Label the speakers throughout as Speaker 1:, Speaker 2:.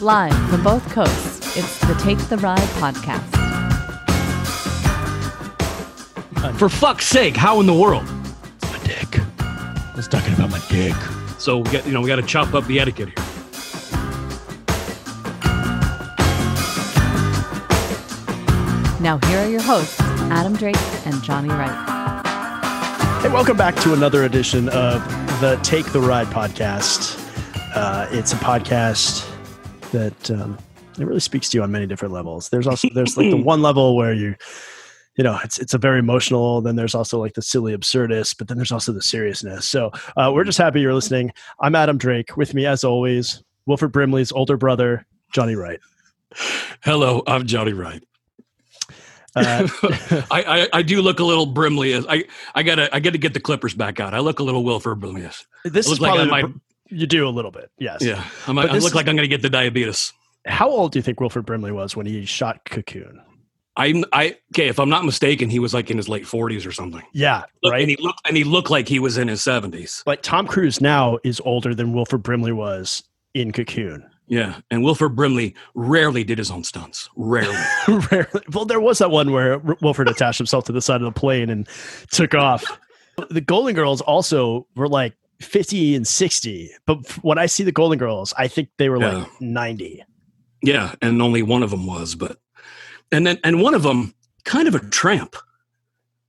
Speaker 1: Live from both coasts, it's the Take the Ride podcast.
Speaker 2: For fuck's sake, how in the world?
Speaker 3: My dick. It's talking about my dick.
Speaker 2: So we got you know we got to chop up the etiquette here.
Speaker 1: Now, here are your hosts, Adam Drake and Johnny Wright.
Speaker 4: Hey, welcome back to another edition of the Take the Ride podcast. Uh, it's a podcast that um, it really speaks to you on many different levels. There's also there's like the one level where you, you know, it's it's a very emotional. Then there's also like the silly absurdist, but then there's also the seriousness. So uh, we're just happy you're listening. I'm Adam Drake. With me, as always, Wilfred Brimley's older brother, Johnny Wright.
Speaker 2: Hello, I'm Johnny Wright.
Speaker 4: Uh,
Speaker 2: I, I I do look a little Brimley. I I gotta I gotta get the Clippers back out. I look a little Wilford Brimley.
Speaker 4: this
Speaker 2: I
Speaker 4: is
Speaker 2: look like
Speaker 4: probably
Speaker 2: I
Speaker 4: the- you do a little bit, yes.
Speaker 2: Yeah, I'm, I
Speaker 4: But
Speaker 2: look
Speaker 4: this is-
Speaker 2: like I'm gonna get the diabetes.
Speaker 4: How old do you think Wilfred Brimley was when he shot Cocoon?
Speaker 2: I'm I okay. If I'm not mistaken, he was like in his late 40s or something.
Speaker 4: Yeah,
Speaker 2: Look,
Speaker 4: right.
Speaker 2: And he looked and he looked like he was in his 70s.
Speaker 4: like Tom Cruise now is older than Wilford Brimley was in Cocoon.
Speaker 2: Yeah, and Wilford Brimley rarely did his own stunts. Rarely.
Speaker 4: Rarely. Well, there was that one where R- Wilford attached himself to the side of the plane and took off. The Golden Girls also were like 50 and 60. But f- when I see the Golden Girls, I think they were
Speaker 2: Yeah.
Speaker 4: like 90.
Speaker 2: Yeah, and only one of them was, but and then and one of them kind of a tramp.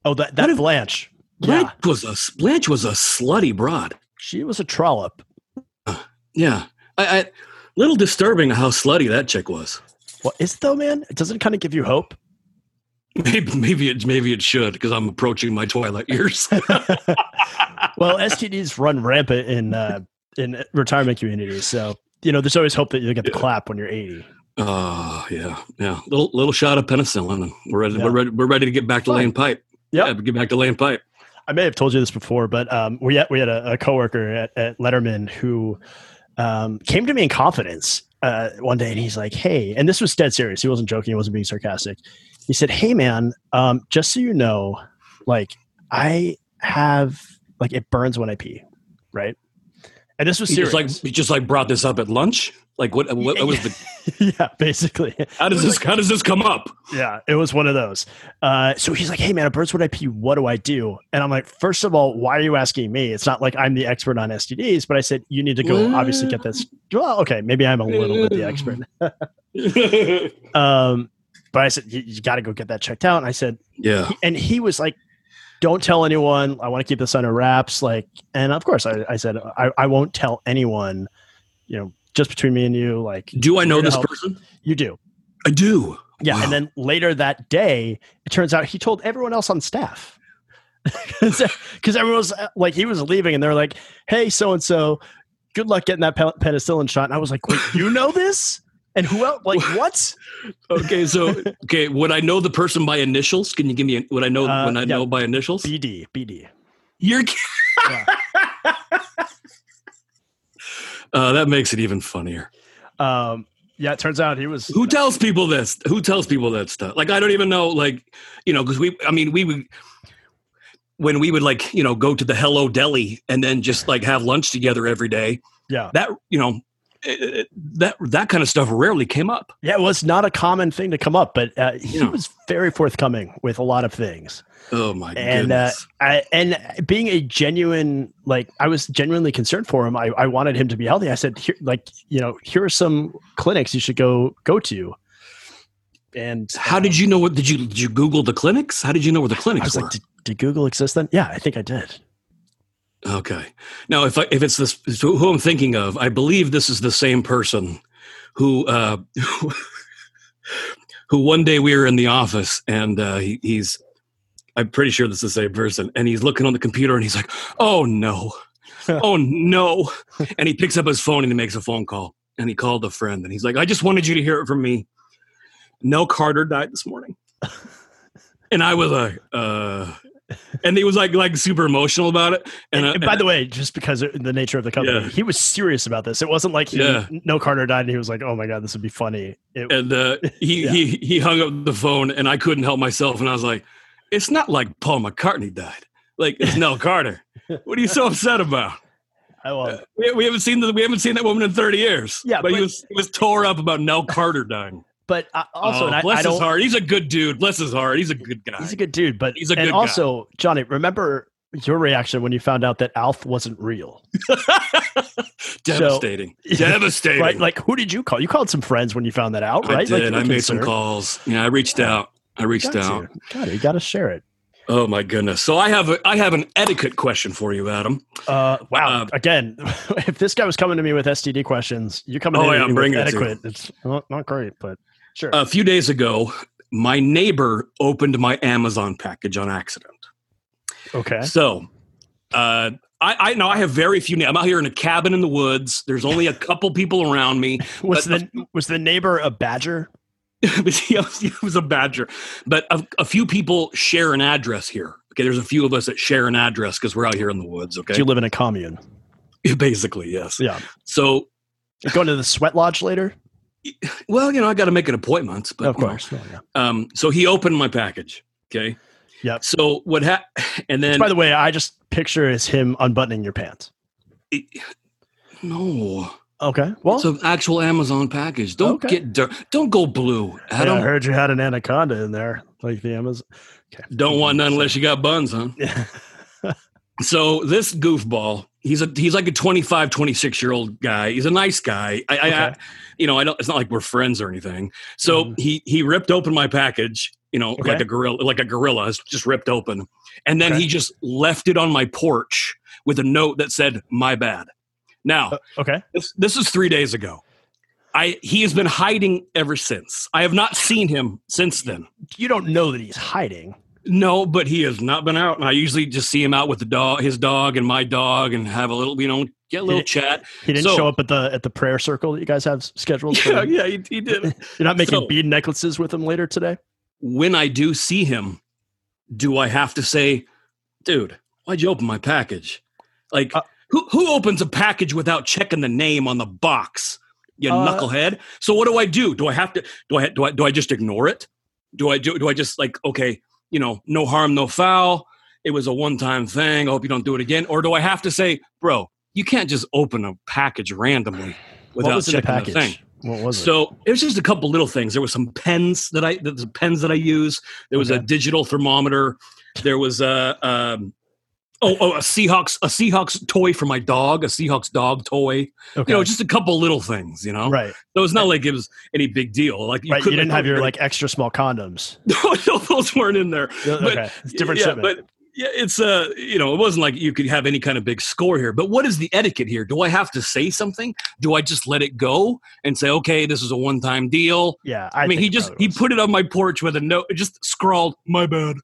Speaker 4: Oh, that, that
Speaker 2: What if-
Speaker 4: Blanche.
Speaker 2: Blanche
Speaker 4: Yeah.
Speaker 2: was a Blanche was a slutty broad.
Speaker 4: She was a trollop.
Speaker 2: Yeah, I, I little disturbing how slutty that chick was.
Speaker 4: Well, is it though, man? Doesn't it kind of give you hope?
Speaker 2: Maybe maybe it maybe it should because I'm approaching my twilight years.
Speaker 4: well, STDs run rampant in uh, in retirement communities. So, you know, there's always hope that you'll get the clap when you're 80.
Speaker 2: Oh yeah, yeah. Little little shot of penicillin, and we're ready.
Speaker 4: Yeah.
Speaker 2: We're ready. We're ready to get back to
Speaker 4: Fine.
Speaker 2: laying pipe.
Speaker 4: Yep.
Speaker 2: Yeah, get back to laying pipe.
Speaker 4: I may have told you this before, but um, we had, we had a, a coworker at, at Letterman who um, came to me in confidence uh, one day, and he's like, "Hey," and this was dead serious. He wasn't joking. He wasn't being sarcastic. He said, "Hey, man, um, just so you know, like I have like it burns when I pee, right?" And this was
Speaker 2: He just
Speaker 4: serious.
Speaker 2: like he just like brought this up at lunch. Like what? What, what was the?
Speaker 4: yeah, basically.
Speaker 2: How does this? How does this come up?
Speaker 4: Yeah, it was one of those. Uh, so he's like, "Hey man, it burns when I pee. What do I do?" And I'm like, first of all, why are you asking me? It's not like I'm the expert on STDs." But I said, "You need to go
Speaker 2: Well-
Speaker 4: obviously get this." Well, okay, maybe I'm a little bit the expert.
Speaker 2: yeah.
Speaker 4: Um, but I said, "You, you got to go get that checked out." And I said, and he was like, "Don't tell anyone. I want to keep this under wraps." Like, and of course, I, I said, I, "I won't tell anyone." You know, just between me and you. Like,
Speaker 2: Do I know
Speaker 4: Here to
Speaker 2: this
Speaker 4: help.
Speaker 2: person?
Speaker 4: you do.
Speaker 2: I do.
Speaker 4: Yeah,
Speaker 2: Wow.
Speaker 4: and then later that day, it turns out he told everyone else on staff. Because everyone was uh, like, he was leaving, and they're like, "Hey, so and so, good luck getting that pe- penicillin shot." And I was like, "Wait, you know this? And who else? Like, what?
Speaker 2: Okay, so okay, would I know the person by initials? Can you give me? An, would I know
Speaker 4: Uh,
Speaker 2: when I
Speaker 4: yeah.
Speaker 2: know by initials?
Speaker 4: BD, BD.
Speaker 2: You're. ki-
Speaker 4: Yeah.
Speaker 2: Uh, that makes it even funnier.
Speaker 4: Um, yeah, it turns out he was.
Speaker 2: Who tells people this? Who tells people that stuff? Like, I don't even know. Like, you know, because we. I mean, we would. When we would like, you know, go to the Hello Deli and then just like have lunch together every day.
Speaker 4: Yeah,
Speaker 2: That you know, it, it- that that kind of stuff rarely came up.
Speaker 4: yeah, it was not a common thing to come up, but uh, he
Speaker 2: Yeah.
Speaker 4: was very forthcoming with a lot of things.
Speaker 2: Oh my
Speaker 4: and uh,
Speaker 2: goodness!
Speaker 4: I, and being a genuine like i was genuinely concerned for him i, I wanted him to be healthy i said here, like you know here are some clinics you should go go to and
Speaker 2: How did you know what did you did you Google the clinics? How did you know where the
Speaker 4: i
Speaker 2: clinics
Speaker 4: was
Speaker 2: were?
Speaker 4: like did, did google exist then yeah i think i did
Speaker 2: Okay. Now, if I, if it's this so who I'm thinking of, I believe this is the same person who uh, who one day we were in the office and uh, he, he's I'm pretty sure this is the same person and he's looking on the computer and he's like, oh no, oh no, and he picks up his phone and he makes a phone call and he called a friend and he's like, I just wanted you to hear it from me. Nell Carter died this morning, and I was like, uh, and he was like like super emotional about it. And,
Speaker 4: and,
Speaker 2: uh,
Speaker 4: and by the way just because of the nature of the company
Speaker 2: Yeah.
Speaker 4: he was serious about this it wasn't like he,
Speaker 2: Yeah.
Speaker 4: no carter died and he was like oh my god this would be funny it,
Speaker 2: and uh, he
Speaker 4: Yeah.
Speaker 2: he he hung up the phone, and I couldn't help myself, and I was like, "It's not like Paul McCartney died. Like it's Nell Carter. What are you so upset about?"
Speaker 4: I love it.
Speaker 2: We, we haven't seen the, we haven't seen that woman in thirty years.
Speaker 4: Uh, Yeah,
Speaker 2: but, he
Speaker 4: but-
Speaker 2: was he was tore up about Nell Carter dying.
Speaker 4: But I, also,
Speaker 2: Oh,
Speaker 4: and I,
Speaker 2: bless
Speaker 4: I don't.
Speaker 2: his heart. He's a good dude. Bless his heart. He's a good guy.
Speaker 4: He's a good dude, but
Speaker 2: He's a
Speaker 4: and
Speaker 2: good guy.
Speaker 4: also Johnny. Remember your reaction when you found out that Alf wasn't real,
Speaker 2: Devastating.
Speaker 4: So-
Speaker 2: Devastating.
Speaker 4: right? Like, who did you call? You called some friends when you found that out,
Speaker 2: I
Speaker 4: right? like,
Speaker 2: did.
Speaker 4: you were
Speaker 2: I made some
Speaker 4: concerned.
Speaker 2: calls. Yeah, I reached out. I reached out.
Speaker 4: Got to. Got to. You got to share it.
Speaker 2: Oh my goodness. So I have a I have an etiquette question for you, Adam.
Speaker 4: Uh, wow.
Speaker 2: Um,
Speaker 4: Again, if this guy was coming to me with STD questions, you're coming
Speaker 2: Oh,
Speaker 4: in
Speaker 2: yeah,
Speaker 4: to me
Speaker 2: I'm bringing
Speaker 4: with
Speaker 2: it Uh, to you.
Speaker 4: adequate. It's not, not great, but sure.
Speaker 2: A few days ago, my neighbor opened my Amazon package on accident.
Speaker 4: okay.
Speaker 2: So, uh, I, I know I have very few. na- I'm out here in a cabin in the woods. There's only a couple people around me.
Speaker 4: Was
Speaker 2: but-
Speaker 4: the was the neighbor a badger?
Speaker 2: but he was, he was a badger. But a, a few people share an address here. Okay, there's a few of us that share an address because we're out here in the woods.
Speaker 4: Do
Speaker 2: Okay,
Speaker 4: you live in a commune?
Speaker 2: basically yes.
Speaker 4: Yeah.
Speaker 2: So,
Speaker 4: You going to the sweat lodge later?
Speaker 2: well, you know, I got to make an appointment. But
Speaker 4: of
Speaker 2: you know.
Speaker 4: course. Oh, yeah.
Speaker 2: um, so he opened my package. Okay.
Speaker 4: Yep.
Speaker 2: So what hap And then
Speaker 4: By the way, I just picture is him unbuttoning your pants.
Speaker 2: no,
Speaker 4: Okay. Well,
Speaker 2: it's an actual Amazon package. Don't
Speaker 4: Okay.
Speaker 2: get dirt. Don't go blue,
Speaker 4: yeah, I,
Speaker 2: Adam.
Speaker 4: heard you had an anaconda in there, like the Amazon. Okay.
Speaker 2: Don't want none unless you got buns, huh?
Speaker 4: Yeah.
Speaker 2: So this goofball, he's a he's like a 25, 26 year old guy. He's a nice guy. I, I, I
Speaker 4: Okay.
Speaker 2: you know, I don't. It's not like we're friends or anything. So
Speaker 4: Mhm.
Speaker 2: he he ripped open my package. You know, like
Speaker 4: Okay.
Speaker 2: a gorilla, like a gorilla, it's just ripped open, and then
Speaker 4: Okay.
Speaker 2: he just left it on my porch with a note that said "My bad." Now
Speaker 4: Uh, okay.
Speaker 2: this, this is three days ago. I he has been hiding ever since. I have not seen him since then.
Speaker 4: You don't know that he's hiding.
Speaker 2: No, but he has not been out. And I usually just see him out with the dog, his dog, and my dog, and have a little, you know, get a little
Speaker 4: Did-
Speaker 2: chat.
Speaker 4: He didn't
Speaker 2: So-
Speaker 4: show up at the at the prayer circle that you guys have scheduled. for
Speaker 2: Yeah,
Speaker 4: him?
Speaker 2: yeah, he, he did.
Speaker 4: You're not making
Speaker 2: So-
Speaker 4: bead necklaces with him later today.
Speaker 2: when I do see him, do I have to say, "Dude, why'd you open my package?" Like,
Speaker 4: Uh,
Speaker 2: who who opens a package without checking the name on the box? You
Speaker 4: Uh,
Speaker 2: knucklehead. So what do I do? Do I have to? Do I do I do I just ignore it? Do I do do I just like okay, you know, no harm, no foul. It was a one time thing. I hope you don't do it again. Or do I have to say, bro, you can't just open a package randomly without
Speaker 4: what was in the
Speaker 2: checking
Speaker 4: package?
Speaker 2: the thing?
Speaker 4: What was it?
Speaker 2: So it was just a couple little things. There was some pens that I the, the pens that I use. There was a
Speaker 4: Okay.
Speaker 2: digital thermometer. There was a um, oh oh a Seahawks a Seahawks toy for my dog, a Seahawks dog toy.
Speaker 4: okay.
Speaker 2: You know, just a couple little things. You know,
Speaker 4: right.
Speaker 2: so it's not like it was any big deal. Like
Speaker 4: right. You
Speaker 2: couldn't
Speaker 4: didn't have your
Speaker 2: really-
Speaker 4: like extra small condoms.
Speaker 2: no, no, those weren't in there. But-
Speaker 4: okay. It's different
Speaker 2: yeah,
Speaker 4: shipment.
Speaker 2: but. Yeah, it's uh, you know, it wasn't like you could have any kind of big score here. But what is the etiquette here? Do I have to say something? Do I just let it go and say, okay, this is a one-time deal?
Speaker 4: yeah.
Speaker 2: I, mean,
Speaker 4: think
Speaker 2: he
Speaker 4: it
Speaker 2: just
Speaker 4: probably
Speaker 2: he
Speaker 4: was.
Speaker 2: put it on my porch with a note, it just scrawled, "My bad."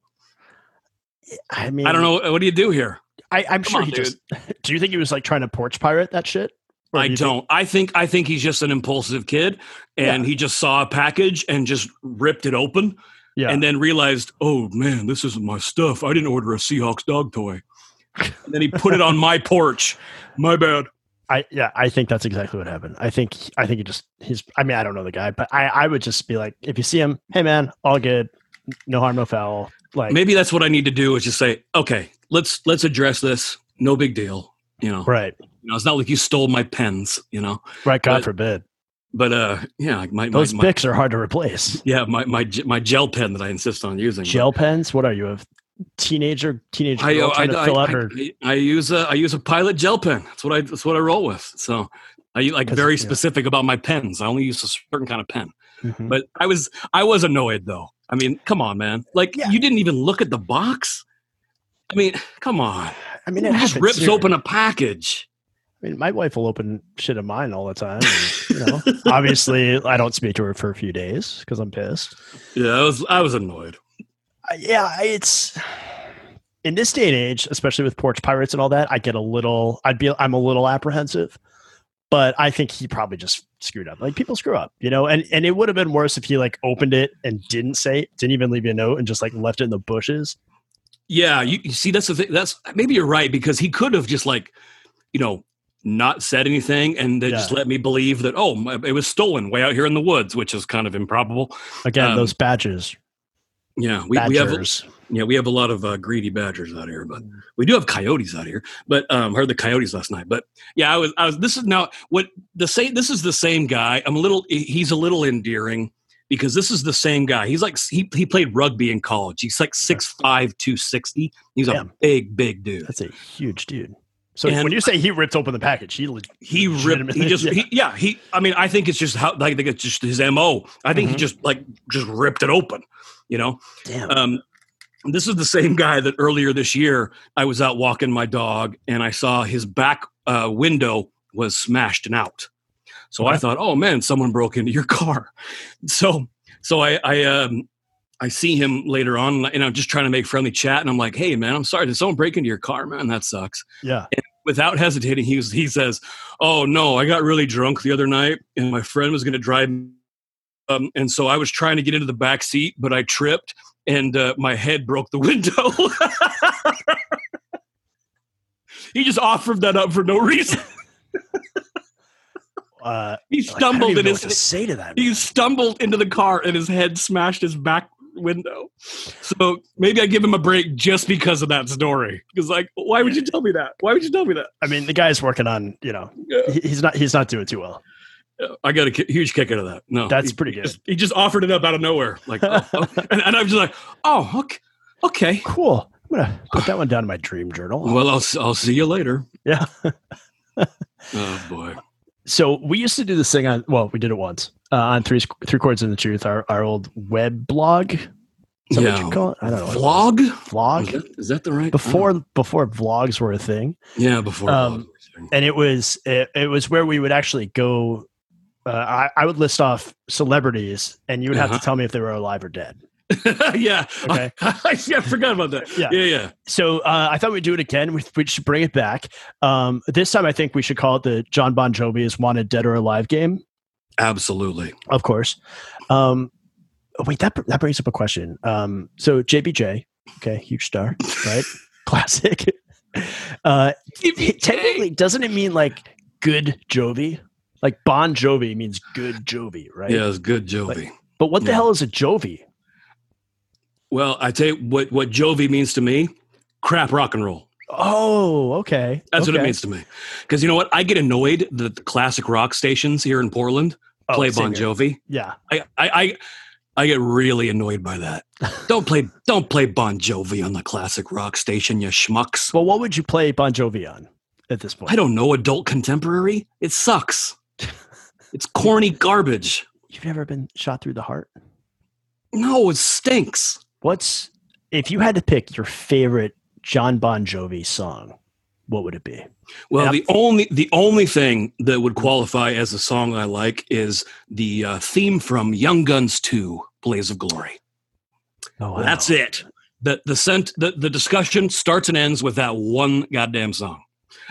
Speaker 4: I mean,
Speaker 2: I don't know. uh, What do you do here?
Speaker 4: I, I'm
Speaker 2: Come
Speaker 4: sure
Speaker 2: on,
Speaker 4: he
Speaker 2: dude.
Speaker 4: just. Do you think he was like trying to porch pirate that shit? Or
Speaker 2: I
Speaker 4: do you
Speaker 2: don't. I think I think he's just an impulsive kid, and he just saw a package and just ripped it open,
Speaker 4: Think, yeah.
Speaker 2: and then realized, "Oh man, this isn't my stuff. I didn't order a Seahawks dog toy." And then he put it on my porch. My bad.
Speaker 4: I yeah, I think that's exactly what happened. I think I think he just he's. I mean, I don't know the guy, but I I would just be like, if you see him, hey man, all good, no harm, no foul. Like
Speaker 2: Maybe that's what I need to do is just say, "Okay, let's let's address this. No big deal." You know,
Speaker 4: right,
Speaker 2: you know, it's not like you stole my pens. You know,
Speaker 4: right. God
Speaker 2: But-
Speaker 4: forbid.
Speaker 2: but uh, yeah, like my, my,
Speaker 4: Those
Speaker 2: my
Speaker 4: bics are hard to replace.
Speaker 2: Yeah, my my ge- my gel pen that I insist on using.
Speaker 4: Gel pens. What are you a teenager? Teenage
Speaker 2: I,
Speaker 4: girl
Speaker 2: I,
Speaker 4: trying to
Speaker 2: I,
Speaker 4: fill out
Speaker 2: I-
Speaker 4: her.
Speaker 2: I use a I use a Pilot gel pen. That's what I that's what I roll with. So I like
Speaker 4: 'Cause-
Speaker 2: very
Speaker 4: yeah.
Speaker 2: specific about my pens. I only use a certain kind of pen.
Speaker 4: Mhm.
Speaker 2: But I was I was annoyed though. I mean, come on, man! Like
Speaker 4: Yeah.
Speaker 2: you didn't even look at the box. I mean, come on!
Speaker 4: I mean,
Speaker 2: It
Speaker 4: it
Speaker 2: just
Speaker 4: happens
Speaker 2: rips
Speaker 4: here.
Speaker 2: open a package.
Speaker 4: I mean, my wife will open shit of mine all the time. and, you know, obviously, I don't speak to her for a few days because I'm pissed.
Speaker 2: Yeah, I was I was annoyed.
Speaker 4: I- yeah, I- it's in this day and age, especially with porch pirates and all that. I get a little, I'd be, I'm a little apprehensive, but I think he probably just screwed up. Like people screw up, you know. And and it would have been worse if he like opened it and didn't say, didn't even leave you a note, and just like left it in the bushes.
Speaker 2: Yeah, you, you see, that's the thing. That's maybe you're right because he could have just like, you know, not said anything and they just let me believe that oh, my, it was stolen way out here in the woods, which is kind of improbable.
Speaker 4: Again,
Speaker 2: Um,
Speaker 4: those badges,
Speaker 2: Yeah, we, we have
Speaker 4: badgers.
Speaker 2: Yeah, we have a lot of uh, greedy badgers out here, but we do have coyotes out here. But um, heard the coyotes last night. But yeah, I was, I was. This is now what the same. This is the same guy. I'm a little. He's a little endearing because this is the same guy. He's like he he played rugby in college. He's like six five two sixty. He's
Speaker 4: Yeah.
Speaker 2: a big big dude.
Speaker 4: That's a huge dude. So
Speaker 2: And-
Speaker 4: when you say he ripped open the package, he leg-
Speaker 2: He ripped. He
Speaker 4: legitimately-
Speaker 2: just
Speaker 4: yeah.
Speaker 2: he, yeah. He. I mean, I think it's just how. I think it's just his mo. I think he
Speaker 4: Mhm.
Speaker 2: just like just ripped it open. You know.
Speaker 4: damn.
Speaker 2: Um, this is the same guy that earlier this year I was out walking my dog and I saw his back uh, window was smashed and out. So I
Speaker 4: Okay.
Speaker 2: thought, oh man, someone broke into your car. So so I I um, I see him later on and I'm just trying to make friendly chat and I'm like, hey man, I'm sorry, did someone break into your car, man? That sucks
Speaker 4: yeah.
Speaker 2: without hesitating, he was, he says, "Oh no, I got really drunk the other night, and my friend was going to drive, me, um, and so I was trying to get into the back seat, but I tripped, and uh, my head broke the window." he just offered that up for no reason.
Speaker 4: Uh,
Speaker 2: He
Speaker 4: like, I don't
Speaker 2: stumbled
Speaker 4: even
Speaker 2: in
Speaker 4: know what to
Speaker 2: his
Speaker 4: say to that.
Speaker 2: he stumbled into the car, and his head smashed his back window. So maybe I give him a break just because of that story. Because like, why would you tell me that? Why would you tell me that?
Speaker 4: I mean, the guy's working on. You know,
Speaker 2: Yeah.
Speaker 4: he- he's not. He's not doing too well.
Speaker 2: I got a ki- huge kick out of that. No,
Speaker 4: That's
Speaker 2: he-
Speaker 4: pretty
Speaker 2: he
Speaker 4: good.
Speaker 2: just- he just offered it up out of nowhere, like, oh, oh. and, and I'm just like, oh, okay, okay.
Speaker 4: Cool. I'm gonna put that one down in my dream journal.
Speaker 2: Well, I'll s- I'll see you later.
Speaker 4: yeah.
Speaker 2: Oh boy,
Speaker 4: So we used to do this thing on. Well, we did it once uh, on three Squ- three chords in the truth. Our our old web blog. Is that what
Speaker 2: Yeah.
Speaker 4: you call it? I don't know. what
Speaker 2: vlog.
Speaker 4: it was.
Speaker 2: Is
Speaker 4: Vlog.
Speaker 2: that, is that the right
Speaker 4: Before
Speaker 2: Oh,
Speaker 4: before vlogs were a thing.
Speaker 2: yeah, before.
Speaker 4: um,
Speaker 2: vlog.
Speaker 4: and it was it, it was where we would actually go uh, I, I would list off celebrities and you would have
Speaker 2: Uh-huh.
Speaker 4: to tell me if they were alive or dead
Speaker 2: yeah,
Speaker 4: okay.
Speaker 2: yeah, I forgot about that.
Speaker 4: Yeah.
Speaker 2: Yeah, yeah,
Speaker 4: so uh, i thought we'd do it again we, we should bring it back um, this time i think we should call it the john bon jovi is wanted dead or alive game
Speaker 2: absolutely.
Speaker 4: of course um, oh, wait that, br- that brings up a question um, so jbj okay huge star right classic uh, technically doesn't it mean like good jovi like bon jovi means good jovi right
Speaker 2: Yeah, it's good, Jovi.
Speaker 4: But what the
Speaker 2: Yeah.
Speaker 4: hell is a Jovi?
Speaker 2: well, I tell you what, what Jovi means to me, crap rock and roll.
Speaker 4: Oh, okay.
Speaker 2: That's what it
Speaker 4: okay.
Speaker 2: means to me. Because you know what? I get annoyed that the classic rock stations here in Portland
Speaker 4: Oh,
Speaker 2: play
Speaker 4: singer.
Speaker 2: Bon Jovi.
Speaker 4: Yeah.
Speaker 2: I, I, I, I get really annoyed by that. Don't play, don't play Bon Jovi on the classic rock station, you schmucks.
Speaker 4: Well, what would you play Bon Jovi on at this point?
Speaker 2: I don't know adult contemporary. It sucks. It's corny garbage.
Speaker 4: You've never been shot through the heart.
Speaker 2: No, it stinks.
Speaker 4: What's if you had to pick your favorite John Bon Jovi song? What would it be?
Speaker 2: Well,
Speaker 4: Yep.
Speaker 2: the only the only thing that would qualify as a song I like is the uh, theme from Young Guns Two: Blaze of Glory.
Speaker 4: Oh, wow.
Speaker 2: That's it. The the sent the, the discussion starts and ends with that one goddamn song.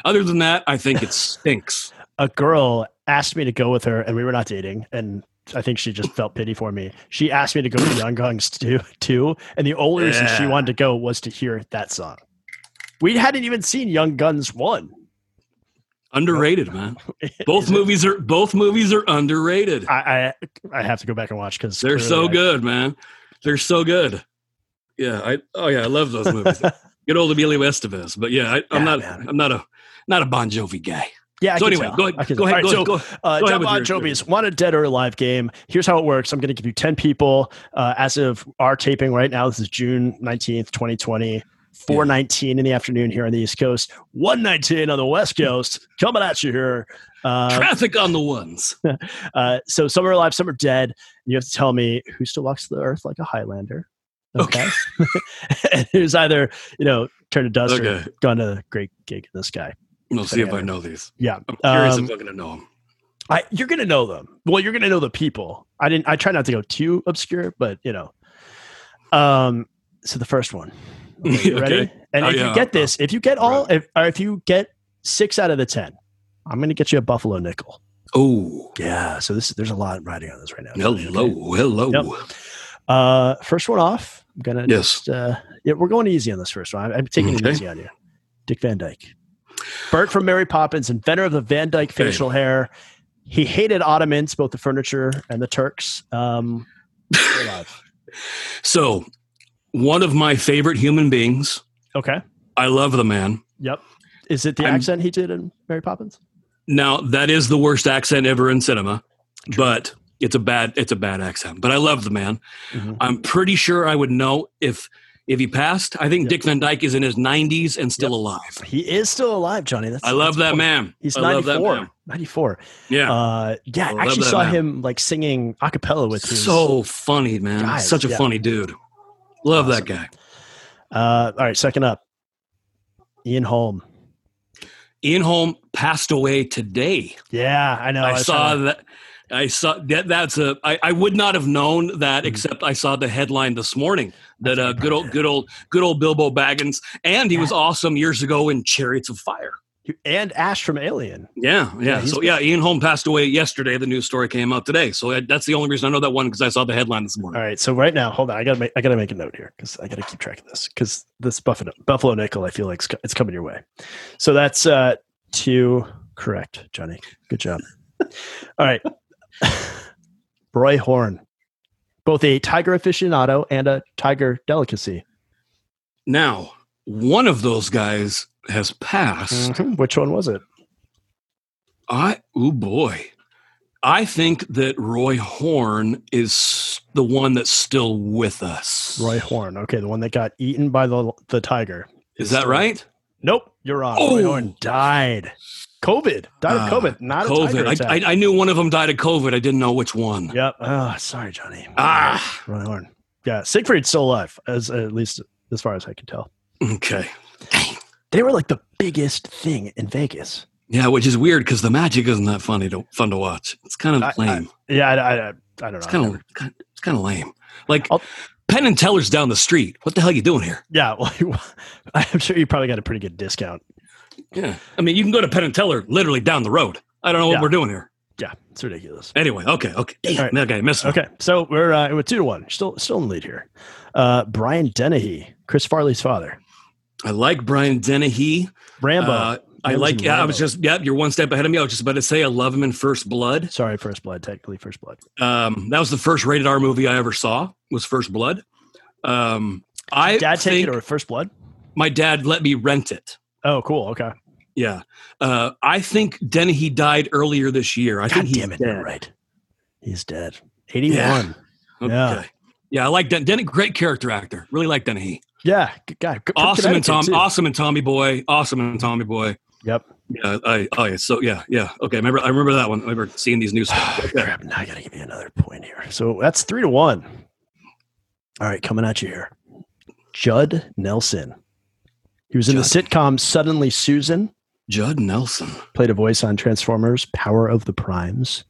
Speaker 2: Other than that, I think it stinks.
Speaker 4: a girl asked me to go with her, and we were not dating, and. I think she just felt pity for me. She asked me to go to Young Guns too, too, and the only reason she
Speaker 2: Yeah.
Speaker 4: wanted to go was to hear that song. We hadn't even seen Young Guns one. Oh.
Speaker 2: Underrated, man. Both movies are both movies are underrated.
Speaker 4: I, I I have to go back and watch because
Speaker 2: They're so good, man. They're so good. Yeah, I oh yeah, I love those movies. Good old Emilio Estevez, but yeah, I, I'm
Speaker 4: Yeah,
Speaker 2: not
Speaker 4: man.
Speaker 2: I'm not a not a Bon Jovi guy.
Speaker 4: yeah. I
Speaker 2: so
Speaker 4: can
Speaker 2: anyway,
Speaker 4: tell.
Speaker 2: go
Speaker 4: I
Speaker 2: ahead,
Speaker 4: can
Speaker 2: go
Speaker 4: tell.
Speaker 2: ahead, go,
Speaker 4: All right,
Speaker 2: ahead, go,
Speaker 4: so, uh,
Speaker 2: go ahead
Speaker 4: John
Speaker 2: with
Speaker 4: Bon
Speaker 2: your-
Speaker 4: Jovi's wanted dead or alive game. Here's how it works. I'm going to give you ten people uh, as of our taping right now. This is June nineteenth, twenty twenty. 419 in the afternoon here on the East Coast, 119 on the West Coast, coming at you here. Uh,
Speaker 2: Traffic on the ones.
Speaker 4: uh, so some are alive, some are dead. You have to tell me who still walks the earth like a Highlander.
Speaker 2: Okay.
Speaker 4: and who's either, you know, turned to dust or
Speaker 2: Okay,
Speaker 4: gone to the great gig in the sky.
Speaker 2: we'll see if I know these.
Speaker 4: Yeah.
Speaker 2: I'm curious
Speaker 4: Um,
Speaker 2: if I'm gonna know them.
Speaker 4: I you're gonna know them. Well, you're gonna know the people. I didn't. I try not to go too obscure, but you know. Um. So the first one. Okay, you
Speaker 2: Okay.
Speaker 4: ready? And
Speaker 2: Oh,
Speaker 4: if you
Speaker 2: yeah.
Speaker 4: get this, if you get all, if or if you get six out of the ten, I'm gonna get you a buffalo nickel.
Speaker 2: Oh,
Speaker 4: Yeah. So this there's a lot riding on this right now.
Speaker 2: hello,
Speaker 4: Okay.
Speaker 2: hello.
Speaker 4: Uh, first one off. I'm gonna
Speaker 2: Yes.
Speaker 4: just. Uh, yeah, we're going easy on this first one. I'm, I'm taking it
Speaker 2: Okay.
Speaker 4: easy on you. Dick Van Dyke, Bert from Mary Poppins, inventor of the Van Dyke
Speaker 2: Hey.
Speaker 4: facial hair. He hated Ottomans, both the furniture and the Turks. Um, they're alive.
Speaker 2: So one of my favorite human beings.
Speaker 4: Okay.
Speaker 2: I love the man.
Speaker 4: Yep. Is it the
Speaker 2: I'm-
Speaker 4: accent he did in Mary Poppins?
Speaker 2: Now that is the worst accent ever in cinema, but it's a bad it's a bad accent. But I love the man.
Speaker 4: Mhm.
Speaker 2: I'm pretty sure I would know if if he passed. I think
Speaker 4: Yep.
Speaker 2: Dick Van Dyke is in his 90s and still alive.
Speaker 4: He is still alive, Johnny. That's
Speaker 2: I love that
Speaker 4: that's cool.
Speaker 2: man.
Speaker 4: He's
Speaker 2: I love that
Speaker 4: 94.
Speaker 2: man.
Speaker 4: 94.
Speaker 2: Yeah,
Speaker 4: Uh, yeah,
Speaker 2: I
Speaker 4: I
Speaker 2: love
Speaker 4: actually
Speaker 2: that
Speaker 4: saw
Speaker 2: man.
Speaker 4: him like singing a cappella with his.
Speaker 2: so funny, man.
Speaker 4: guys,
Speaker 2: Such a
Speaker 4: yeah.
Speaker 2: funny dude. Love
Speaker 4: Awesome.
Speaker 2: that guy.
Speaker 4: Uh, all right, second up, Ian Holm.
Speaker 2: Ian Holm passed away today.
Speaker 4: Yeah, I know.
Speaker 2: I
Speaker 4: was
Speaker 2: saw
Speaker 4: trying
Speaker 2: that. I saw that. That's a. I, I would not have known that
Speaker 4: Mhm.
Speaker 2: except I saw the headline this morning
Speaker 4: That's
Speaker 2: that uh,
Speaker 4: pretty
Speaker 2: good old, good old, good old Bilbo Baggins, and he was awesome years ago in Chariots of Fire.
Speaker 4: to- and Ash from Alien.
Speaker 2: Yeah,
Speaker 4: Yeah,
Speaker 2: yeah.
Speaker 4: he's
Speaker 2: so
Speaker 4: been-
Speaker 2: yeah, Ian Holm passed away yesterday. The news story came out today. So I, that's the only reason I know that one because I saw the headline this morning.
Speaker 4: All right, so right now, hold on. I gotta make I gotta make a note here because I gotta keep track of this because this Buffalo Buffalo Nickel, I feel like it's co- it's coming your way. So that's uh two correct, Johnny. Good job. All right, Roy Horn, both a tiger aficionado and a tiger delicacy.
Speaker 2: Now one of those guys has passed.
Speaker 4: Which one was it?
Speaker 2: I oh boy, I think that Roy Horn is the one that's still with us.
Speaker 4: Roy Horn. Okay, the one that got eaten by the the tiger.
Speaker 2: Is that right?
Speaker 4: Nope, you're wrong. Roy
Speaker 2: Oh.
Speaker 4: Horn died. COVID. Died of
Speaker 2: Ah,
Speaker 4: COVID. Not a tiger
Speaker 2: COVID.
Speaker 4: attack.
Speaker 2: I, I, I knew one of them died of COVID. I didn't know which one.
Speaker 4: Yep. Oh, sorry, Johnny.
Speaker 2: Ah,
Speaker 4: Roy Horn. Yeah, Siegfried's still alive, as at least as far as I can tell.
Speaker 2: okay.
Speaker 4: They were like the biggest thing in Vegas.
Speaker 2: Yeah, which is weird because the magic isn't that funny to fun to watch. It's kind of
Speaker 4: I- I-
Speaker 2: lame.
Speaker 4: Yeah, I, I, I, I don't know.
Speaker 2: it's kind of it's kind of lame. Like
Speaker 4: I'll-
Speaker 2: Penn and Teller's down the street. What the hell you doing here?
Speaker 4: yeah, well, you- I'm sure you probably got a pretty good discount.
Speaker 2: Yeah, I mean you can go to Penn and Teller literally down the road. I don't know what
Speaker 4: Yeah.
Speaker 2: we're doing here.
Speaker 4: Yeah, it's ridiculous.
Speaker 2: Anyway, okay, okay,
Speaker 4: All
Speaker 2: Damn, okay, missed okay.
Speaker 4: Okay, so we're uh, we're two to one. Still, still in the lead here. Uh, Brian Dennehy, Chris Farley's father,
Speaker 2: I like Brian Dennehy.
Speaker 4: Rambo.
Speaker 2: Uh, I
Speaker 4: Rambo's
Speaker 2: like.
Speaker 4: in
Speaker 2: Yeah, I was
Speaker 4: Rambo.
Speaker 2: just. Yeah, you're one step ahead of me. I was just about to say I love him in First Blood.
Speaker 4: Sorry, First Blood. Technically, First Blood.
Speaker 2: Um, that was the first rated R movie I ever saw. Was First Blood. Um, I
Speaker 4: Dad take
Speaker 2: think
Speaker 4: it or First Blood?
Speaker 2: my dad let me rent it.
Speaker 4: Oh, cool. Okay.
Speaker 2: Yeah, uh, I think Dennehy died earlier this year. I think
Speaker 4: God
Speaker 2: he's
Speaker 4: damn it!
Speaker 2: dead.
Speaker 4: You're right. He's dead. Eighty-one.
Speaker 2: Okay.
Speaker 4: Yeah.
Speaker 2: Yeah. I like Den- Denny. Great character actor. Really like Dennehy.
Speaker 4: Yeah, good guy. Good- from
Speaker 2: Awesome and
Speaker 4: Connecticut,
Speaker 2: Tom.
Speaker 4: too.
Speaker 2: Awesome and Tommy Boy. Awesome and Tommy Boy.
Speaker 4: Yep.
Speaker 2: Yeah. I, oh yeah. So yeah. Yeah. Okay. I remember. I remember that one. I remember seeing these news. Okay.
Speaker 4: Crap, now I gotta give you another point here. So that's three to one. All right, coming at you here. Judd Nelson. He was in the
Speaker 2: Judd.
Speaker 4: sitcom Suddenly Susan,
Speaker 2: Judd Nelson.
Speaker 4: played a voice on Transformers, Power of the Primes.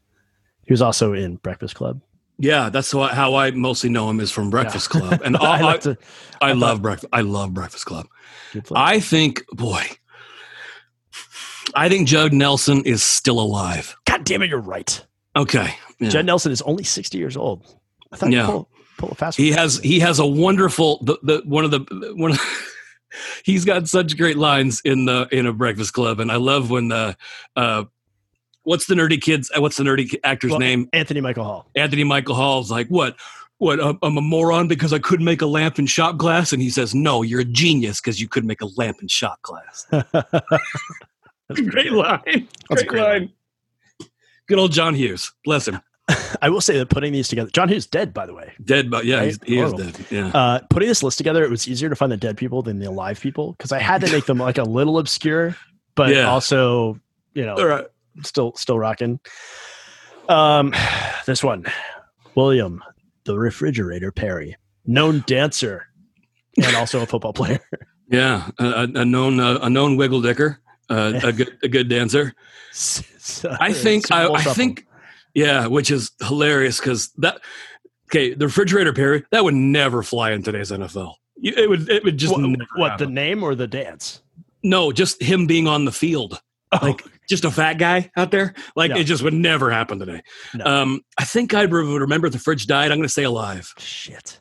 Speaker 4: He was also in Breakfast Club.
Speaker 2: Yeah, that's wh- how I mostly know him is from Breakfast Club, and all,
Speaker 4: I
Speaker 2: I,
Speaker 4: like to
Speaker 2: I,
Speaker 4: I thought-
Speaker 2: love breakfast. I love Breakfast Club.
Speaker 4: good flick.
Speaker 2: I think, boy, I think Judd Nelson is still alive.
Speaker 4: God damn it, you're right.
Speaker 2: Okay, yeah.
Speaker 4: Judd Nelson is only 60 years old. I thought
Speaker 2: Yeah.
Speaker 4: you pull, pull a fast
Speaker 2: he
Speaker 4: one.
Speaker 2: has he has a wonderful the, the one of the one. Of, he's got such great lines in the in a Breakfast Club, and I love when the uh, what's the nerdy kids? uh, What's the nerdy actor's
Speaker 4: Well,
Speaker 2: name?
Speaker 4: Anthony Michael Hall.
Speaker 2: Anthony Michael Hall's like, what? What? I'm I'm a moron because I couldn't make a lamp in shot glass, and he says, "No, you're a genius because you could make a lamp in shot glass." great line.
Speaker 4: That's a
Speaker 2: great
Speaker 4: great
Speaker 2: line. Good old John Hughes. Bless him.
Speaker 4: I will say that putting these together, John Hughes dead, by the way.
Speaker 2: Dead, but yeah, he's,
Speaker 4: Right?
Speaker 2: he is
Speaker 4: Horrible.
Speaker 2: dead. Yeah.
Speaker 4: uh, putting this list together, it was easier to find the dead people than the alive people because I had to make them like a little obscure, but
Speaker 2: Yeah.
Speaker 4: also you know
Speaker 2: All right.
Speaker 4: still still rocking. Um, this one, William the refrigerator Perry, known dancer and also a football player.
Speaker 2: Yeah. A, a- a known uh, a known wiggle dicker. Uh, a good a good dancer. I think I, I think yeah, which is hilarious because that okay the refrigerator Perry that would never fly in today's NFL. You- It would it would just
Speaker 4: what,
Speaker 2: never
Speaker 4: what the
Speaker 2: happen.
Speaker 4: name or the dance?
Speaker 2: no just him being on the field like just a fat guy out there like
Speaker 4: Oh. Yeah.
Speaker 2: it just would never happen today.
Speaker 4: No.
Speaker 2: Um, I think I would remember if the fridge died. I'm going to say alive.
Speaker 4: Shit.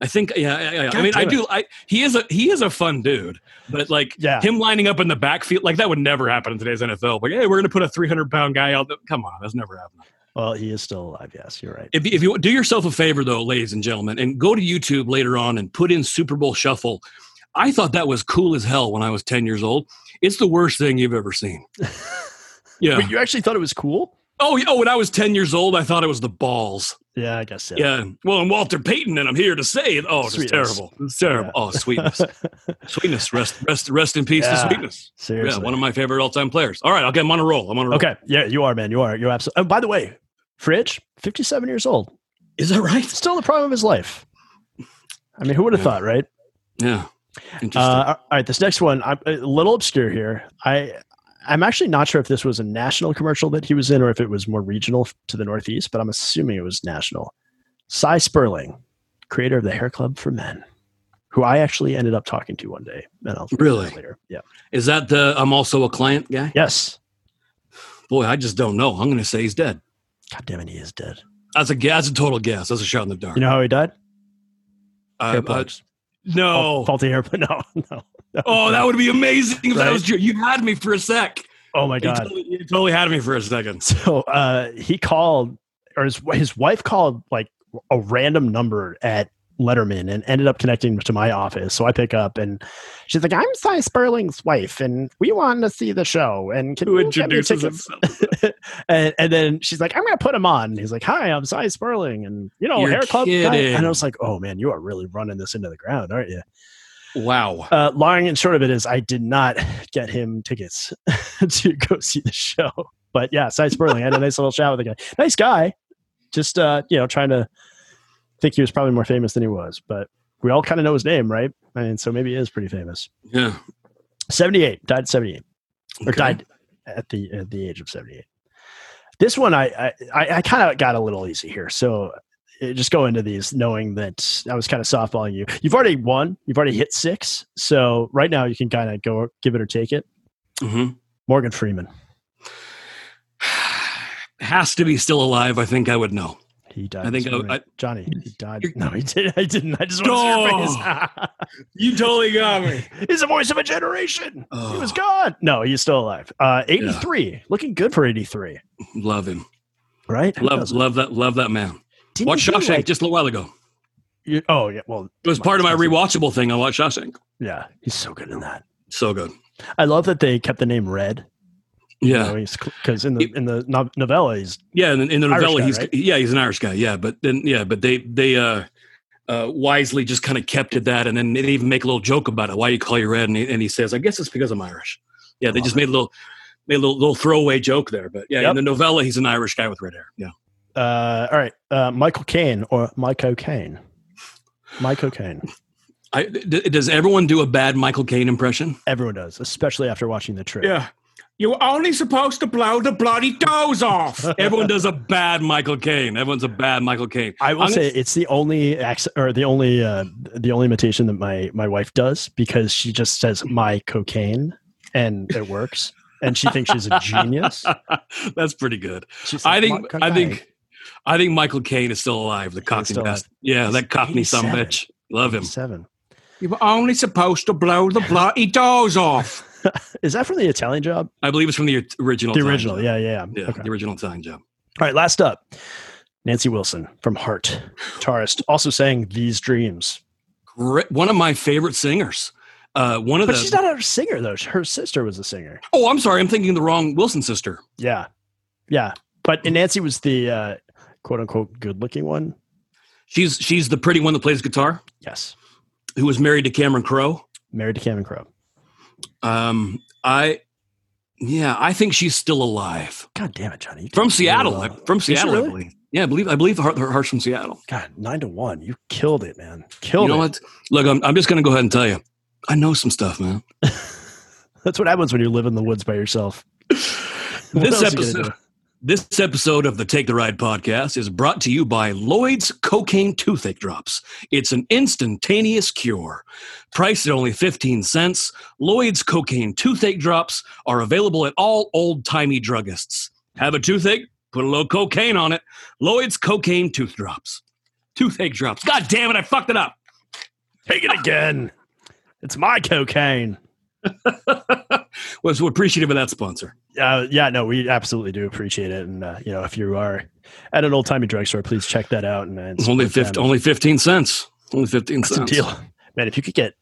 Speaker 2: I think yeah, yeah, yeah. I
Speaker 4: God
Speaker 2: mean I
Speaker 4: damn it.
Speaker 2: do. I he is a he is a fun dude, but like
Speaker 4: Yeah.
Speaker 2: him lining up in the backfield like that would never happen in today's NFL. Like hey, we're going to put a 300 pound guy out. There. Come on, that's never happening.
Speaker 4: Well, he is still alive. Yes, you're right.
Speaker 2: If, you- if you do yourself a favor, though, ladies and gentlemen, and go to YouTube later on and put in Super Bowl Shuffle. I thought that was cool as hell when I was 10 years old. It's the worst thing you've ever seen. Yeah.
Speaker 4: Wait, you actually thought it was cool?
Speaker 2: Oh, yeah. Oh, when I was 10 years old, I thought it was the balls.
Speaker 4: Yeah, I guess so.
Speaker 2: Yeah. Well, I'm Walter Payton, and I'm here to say it. Oh, it's
Speaker 4: Sweetness.
Speaker 2: terrible. It's terrible. Oh, sweetness. sweetness. Rest, rest, rest in peace
Speaker 4: Yeah.
Speaker 2: to sweetness.
Speaker 4: Seriously.
Speaker 2: Yeah. One of my favorite all time players. All right. I'll get him on a roll. I'm on a roll.
Speaker 4: okay. Yeah, you are, man. You are. You're absolutely. Oh, by the way, Fridge, 57 years old,
Speaker 2: Is that right?
Speaker 4: still in the prime of his life. I mean, who would have
Speaker 2: Yeah.
Speaker 4: thought, right?
Speaker 2: Yeah. Interesting.
Speaker 4: Uh, all right, this next one, I'm a little obscure here. I I'm actually not sure if this was a national commercial that he was in or if it was more regional f- to the Northeast, but I'm assuming it was national. Cy Sperling, creator of the Hair Club for Men, who I actually ended up talking to one day, and I'll
Speaker 2: Really?
Speaker 4: later. Yeah.
Speaker 2: Is that the I'm also a client guy?
Speaker 4: Yes.
Speaker 2: Boy, I just don't know. I'm going to say he's dead.
Speaker 4: God damn it, he is dead.
Speaker 2: That's a guess. That's a total guess. That's a shot in the dark.
Speaker 4: You know how he died?
Speaker 2: Uh, oh.
Speaker 4: Hair
Speaker 2: uh,
Speaker 4: plugs.
Speaker 2: no.
Speaker 4: Fa- faulty hair. But no, Oh, no.
Speaker 2: Oh, that would be amazing if
Speaker 4: Right?
Speaker 2: that was true. You had me for a sec.
Speaker 4: Oh my
Speaker 2: You
Speaker 4: god.
Speaker 2: totally, you totally had me for a second.
Speaker 4: So uh, he called, or his his wife called like a random number at Letterman and ended up connecting to my office. So I pick up and she's like, "I'm Cy Sperling's wife, and we want to see the show, and can
Speaker 2: Who
Speaker 4: you get me
Speaker 2: introduces
Speaker 4: tickets?"
Speaker 2: himself?
Speaker 4: and, and then she's like, "I'm gonna put him on." And he's like, "Hi, I'm Cy Sperling, and you know,
Speaker 2: You're
Speaker 4: hair club." guy." And
Speaker 2: kidding.
Speaker 4: I was like, "Oh man, you are really running this into the ground, aren't you?"
Speaker 2: Wow.
Speaker 4: Uh, long and short of it is, I did not get him tickets to go see the show. But yeah, Cy Sperling had a nice little chat with the guy. Nice guy. Just uh, you know, trying to think he was probably more famous than he was, but we all kind of know his name, right? I mean, so maybe he is pretty famous.
Speaker 2: Yeah.
Speaker 4: Seventy-eight died. at Seventy-eight or
Speaker 2: Okay.
Speaker 4: died at the at the age of seventy-eight. This one, I I- I, I kind of got a little easy here, so uh, just go into these knowing that I was kind of softballing you. You've already won. You've already hit six, so right now you can kind of go give it or take it.
Speaker 2: Mhm.
Speaker 4: Morgan Freeman,
Speaker 2: Has to be still alive. I think I would know.
Speaker 4: he died.
Speaker 2: I think
Speaker 4: this
Speaker 2: I-
Speaker 4: morning.
Speaker 2: I-
Speaker 4: Johnny, he died.
Speaker 2: You're-
Speaker 4: No, he did. I didn't. I just want to see your
Speaker 2: You totally got
Speaker 4: face. He's the voice of a generation. He was
Speaker 2: Oh.
Speaker 4: gone. No, he's still alive. Uh, eighty-three, looking good for eighty-three.
Speaker 2: love him.
Speaker 4: Right? Who
Speaker 2: Love,
Speaker 4: doesn't?
Speaker 2: love that. Love that man.
Speaker 4: Didn't
Speaker 2: Watch
Speaker 4: he do,
Speaker 2: Shawshank
Speaker 4: like-
Speaker 2: just a little while ago.
Speaker 4: you- oh yeah. Well,
Speaker 2: It was
Speaker 4: Come on,
Speaker 2: part of my
Speaker 4: it's awesome.
Speaker 2: rewatchable thing. I watched Shawshank.
Speaker 4: Yeah, he's so good in that.
Speaker 2: So good.
Speaker 4: I love that they kept the name Red.
Speaker 2: Yeah.
Speaker 4: because in the in the no- novella, he's
Speaker 2: Yeah, in, in the
Speaker 4: Irish
Speaker 2: novella,
Speaker 4: guy,
Speaker 2: he's
Speaker 4: right?
Speaker 2: yeah, he's an Irish guy. Yeah, but then yeah, but they they uh, uh, wisely just kind of kept it that, and then they even make a little joke about it. Why you call you red? And he, and he says, I guess it's because I'm Irish. Yeah, they
Speaker 4: Love
Speaker 2: just made a little made a little, little throwaway joke there. But yeah,
Speaker 4: Yep.
Speaker 2: in the novella, he's an Irish guy with red hair. Yeah,
Speaker 4: uh, all right. Uh, Michael Caine or Michael Caine. Michael Caine.
Speaker 2: I, d- does everyone do a bad Michael Caine impression?
Speaker 4: Everyone does, especially after watching the trip.
Speaker 2: Yeah. You're only supposed to blow the bloody toes off. Everyone does a bad Michael Caine. Everyone's a bad Michael Caine.
Speaker 4: I will
Speaker 2: I'm
Speaker 4: say it's the only accent or the only uh, the only imitation that my my wife does because she just says my cocaine and it works and she thinks she's a genius.
Speaker 2: That's pretty good.
Speaker 4: She's
Speaker 2: I
Speaker 4: like,
Speaker 2: think
Speaker 4: "Michael
Speaker 2: I
Speaker 4: Caine."
Speaker 2: think I think Michael Caine is still alive. The Cockney
Speaker 4: still alive.
Speaker 2: bastard. Yeah,
Speaker 4: He's
Speaker 2: that Cockney son of a
Speaker 4: 87.
Speaker 2: bitch. Love him.
Speaker 4: seven.
Speaker 2: You were only supposed to blow the bloody doors off.
Speaker 4: Is that from the Italian job?
Speaker 2: I believe it's from the original.
Speaker 4: The
Speaker 2: Italian
Speaker 4: original,
Speaker 2: Job.
Speaker 4: yeah, yeah, yeah.
Speaker 2: Yeah,
Speaker 4: Okay.
Speaker 2: the original Italian job.
Speaker 4: All right, last up, Nancy Wilson from Heart, guitarist, also sang "These Dreams."
Speaker 2: Great. One of my favorite singers. Uh, one of
Speaker 4: But
Speaker 2: the.
Speaker 4: she's not a singer though; her sister was a singer.
Speaker 2: oh, I'm sorry. I'm thinking of the wrong Wilson sister.
Speaker 4: Yeah, yeah. But and Nancy was the uh, quote unquote good looking one.
Speaker 2: She's she's the pretty one that plays guitar,
Speaker 4: Yes,
Speaker 2: who was married to Cameron Crowe.
Speaker 4: married to Cameron Crowe.
Speaker 2: Um, I, yeah, I think she's still alive
Speaker 4: God damn it, Johnny! you
Speaker 2: from
Speaker 4: did really
Speaker 2: Seattle.
Speaker 4: well.
Speaker 2: I- From Seattle,
Speaker 4: really?
Speaker 2: I believe. Yeah, I believe I believe her, her heart's from Seattle.
Speaker 4: God, nine to one. You killed it, man. Killed
Speaker 2: you know
Speaker 4: it.
Speaker 2: what? Look, I'm, I'm just going to go ahead and tell you. I know some stuff, man.
Speaker 4: That's what happens when you live in the woods by yourself. What
Speaker 2: This
Speaker 4: else you gonna
Speaker 2: episode, this episode of the Take the Ride podcast is brought to you by Lloyd's Cocaine Toothache Drops. It's an instantaneous cure. Priced at only 15 cents, Lloyd's Cocaine Toothache Drops are available at all old timey druggists. Have a toothache? Put a little cocaine on it. Lloyd's Cocaine Tooth Drops. Toothache Drops. God damn it, I fucked it up.
Speaker 4: do? Take it again. It's my cocaine.
Speaker 2: Was appreciative of that sponsor.
Speaker 4: Uh, yeah, no, we absolutely do appreciate it. And, uh, you know, if you are at an old timey drugstore. Please check that out. And, uh, and
Speaker 2: It's only
Speaker 4: support
Speaker 2: fifty,
Speaker 4: them.
Speaker 2: only fifteen cents. Only fifteen
Speaker 4: That's a
Speaker 2: cents.
Speaker 4: deal, man. If you could get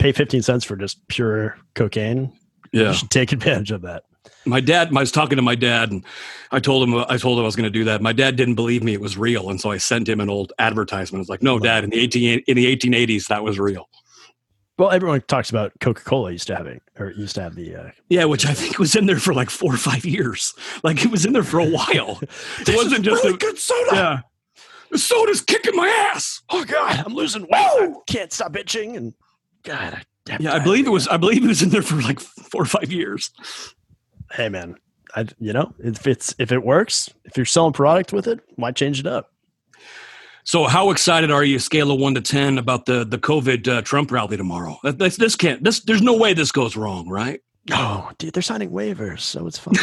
Speaker 4: pay fifteen cents for just pure cocaine, you
Speaker 2: Yeah.
Speaker 4: should take advantage of that.
Speaker 2: My dad. I was talking to my dad, and I told him I told him I was going to do that. My dad didn't believe me; it was real, and so I sent him an old advertisement. It's like, no, dad, in the eighteen in the eighteen eighties, that was real.
Speaker 4: Well, everyone talks about Coca Cola used to having or used to have the uh,
Speaker 2: Yeah, which I think was in there for like four or five years. Like it was in there for a while. it wasn't just
Speaker 3: really
Speaker 2: a,
Speaker 3: good soda.
Speaker 2: yeah. The soda's kicking my ass.
Speaker 3: Oh God, I'm losing weight.
Speaker 4: I can't stop itching and God. I have
Speaker 2: Yeah, I
Speaker 4: diarrhea.
Speaker 2: believe it was. I believe it was in there for like four or five years.
Speaker 4: Hey, man, I you know if it's if it works, if you're selling product with it, why change it up?
Speaker 2: So, how excited are you, scale of one to ten, about the the COVID uh, Trump rally tomorrow? That, that's, this can't. This there's no way this goes wrong, right?
Speaker 4: Oh, dude, they're signing waivers, so it's fine.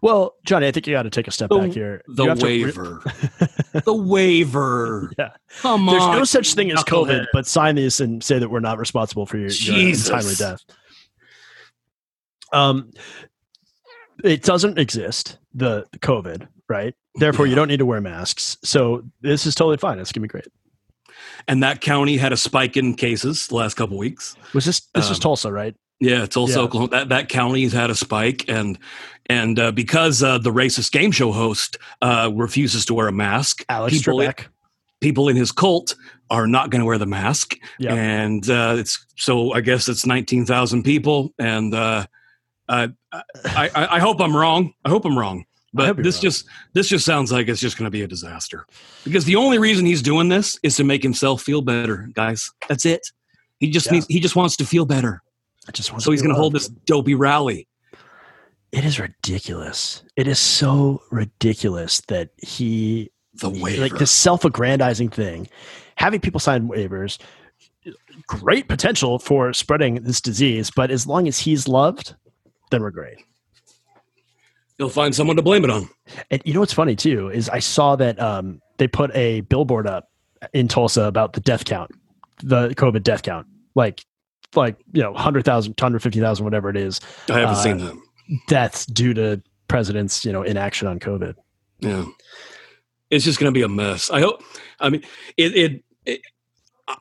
Speaker 4: well, Johnny, I think you got to take a step
Speaker 2: The-
Speaker 4: back here. You
Speaker 2: The
Speaker 4: have to re-
Speaker 2: waiver. the waiver.
Speaker 4: Yeah.
Speaker 2: Come
Speaker 4: There's
Speaker 2: on.
Speaker 4: no such thing as COVID,
Speaker 2: knucklehead.
Speaker 4: but sign these and say that we're not responsible for your, your
Speaker 2: Jesus.
Speaker 4: timely death. Um, it doesn't exist the the COVID, right? Therefore, you don't need to wear masks. So this is totally fine. It's gonna be great.
Speaker 2: and that county had a spike in cases the last couple weeks.
Speaker 4: Was this this was
Speaker 2: Um,
Speaker 4: Tulsa, right?
Speaker 2: Yeah, it's also
Speaker 4: Yeah.
Speaker 2: Oklahoma. That that county's had a spike, and and uh, because uh, the racist game show host uh, refuses to wear a mask,
Speaker 4: Alex
Speaker 2: people,
Speaker 4: Trebek.
Speaker 2: people in his cult are not going to wear the mask,
Speaker 4: Yeah.
Speaker 2: and uh, it's so I guess it's nineteen thousand people, and uh, uh, I, I I hope I'm wrong. I hope I'm wrong,
Speaker 4: hope
Speaker 2: but
Speaker 4: you're
Speaker 2: this
Speaker 4: wrong.
Speaker 2: just this just sounds like it's just going to be a disaster because the only reason he's doing this is to make himself feel better, guys. That's it. He just
Speaker 4: Yeah.
Speaker 2: needs he just wants to feel better.
Speaker 4: I just want
Speaker 2: So he's going to hold this dopey rally.
Speaker 4: It is ridiculous. It is so ridiculous that he
Speaker 2: The waiver.
Speaker 4: like this self-aggrandizing thing having people sign waivers great potential for spreading this disease but as long as he's loved then we're great
Speaker 2: He'll find someone to blame it on.
Speaker 4: and you know what's funny too is i saw that um, they put a billboard up in tulsa about the death count the covid death count like like you know 100000 150000 whatever it is
Speaker 2: I haven't
Speaker 4: Uh,
Speaker 2: seen that.
Speaker 4: deaths due to presidents you know inaction on covid
Speaker 2: Yeah. It's just going to be a mess. I hope. I mean, it. it, it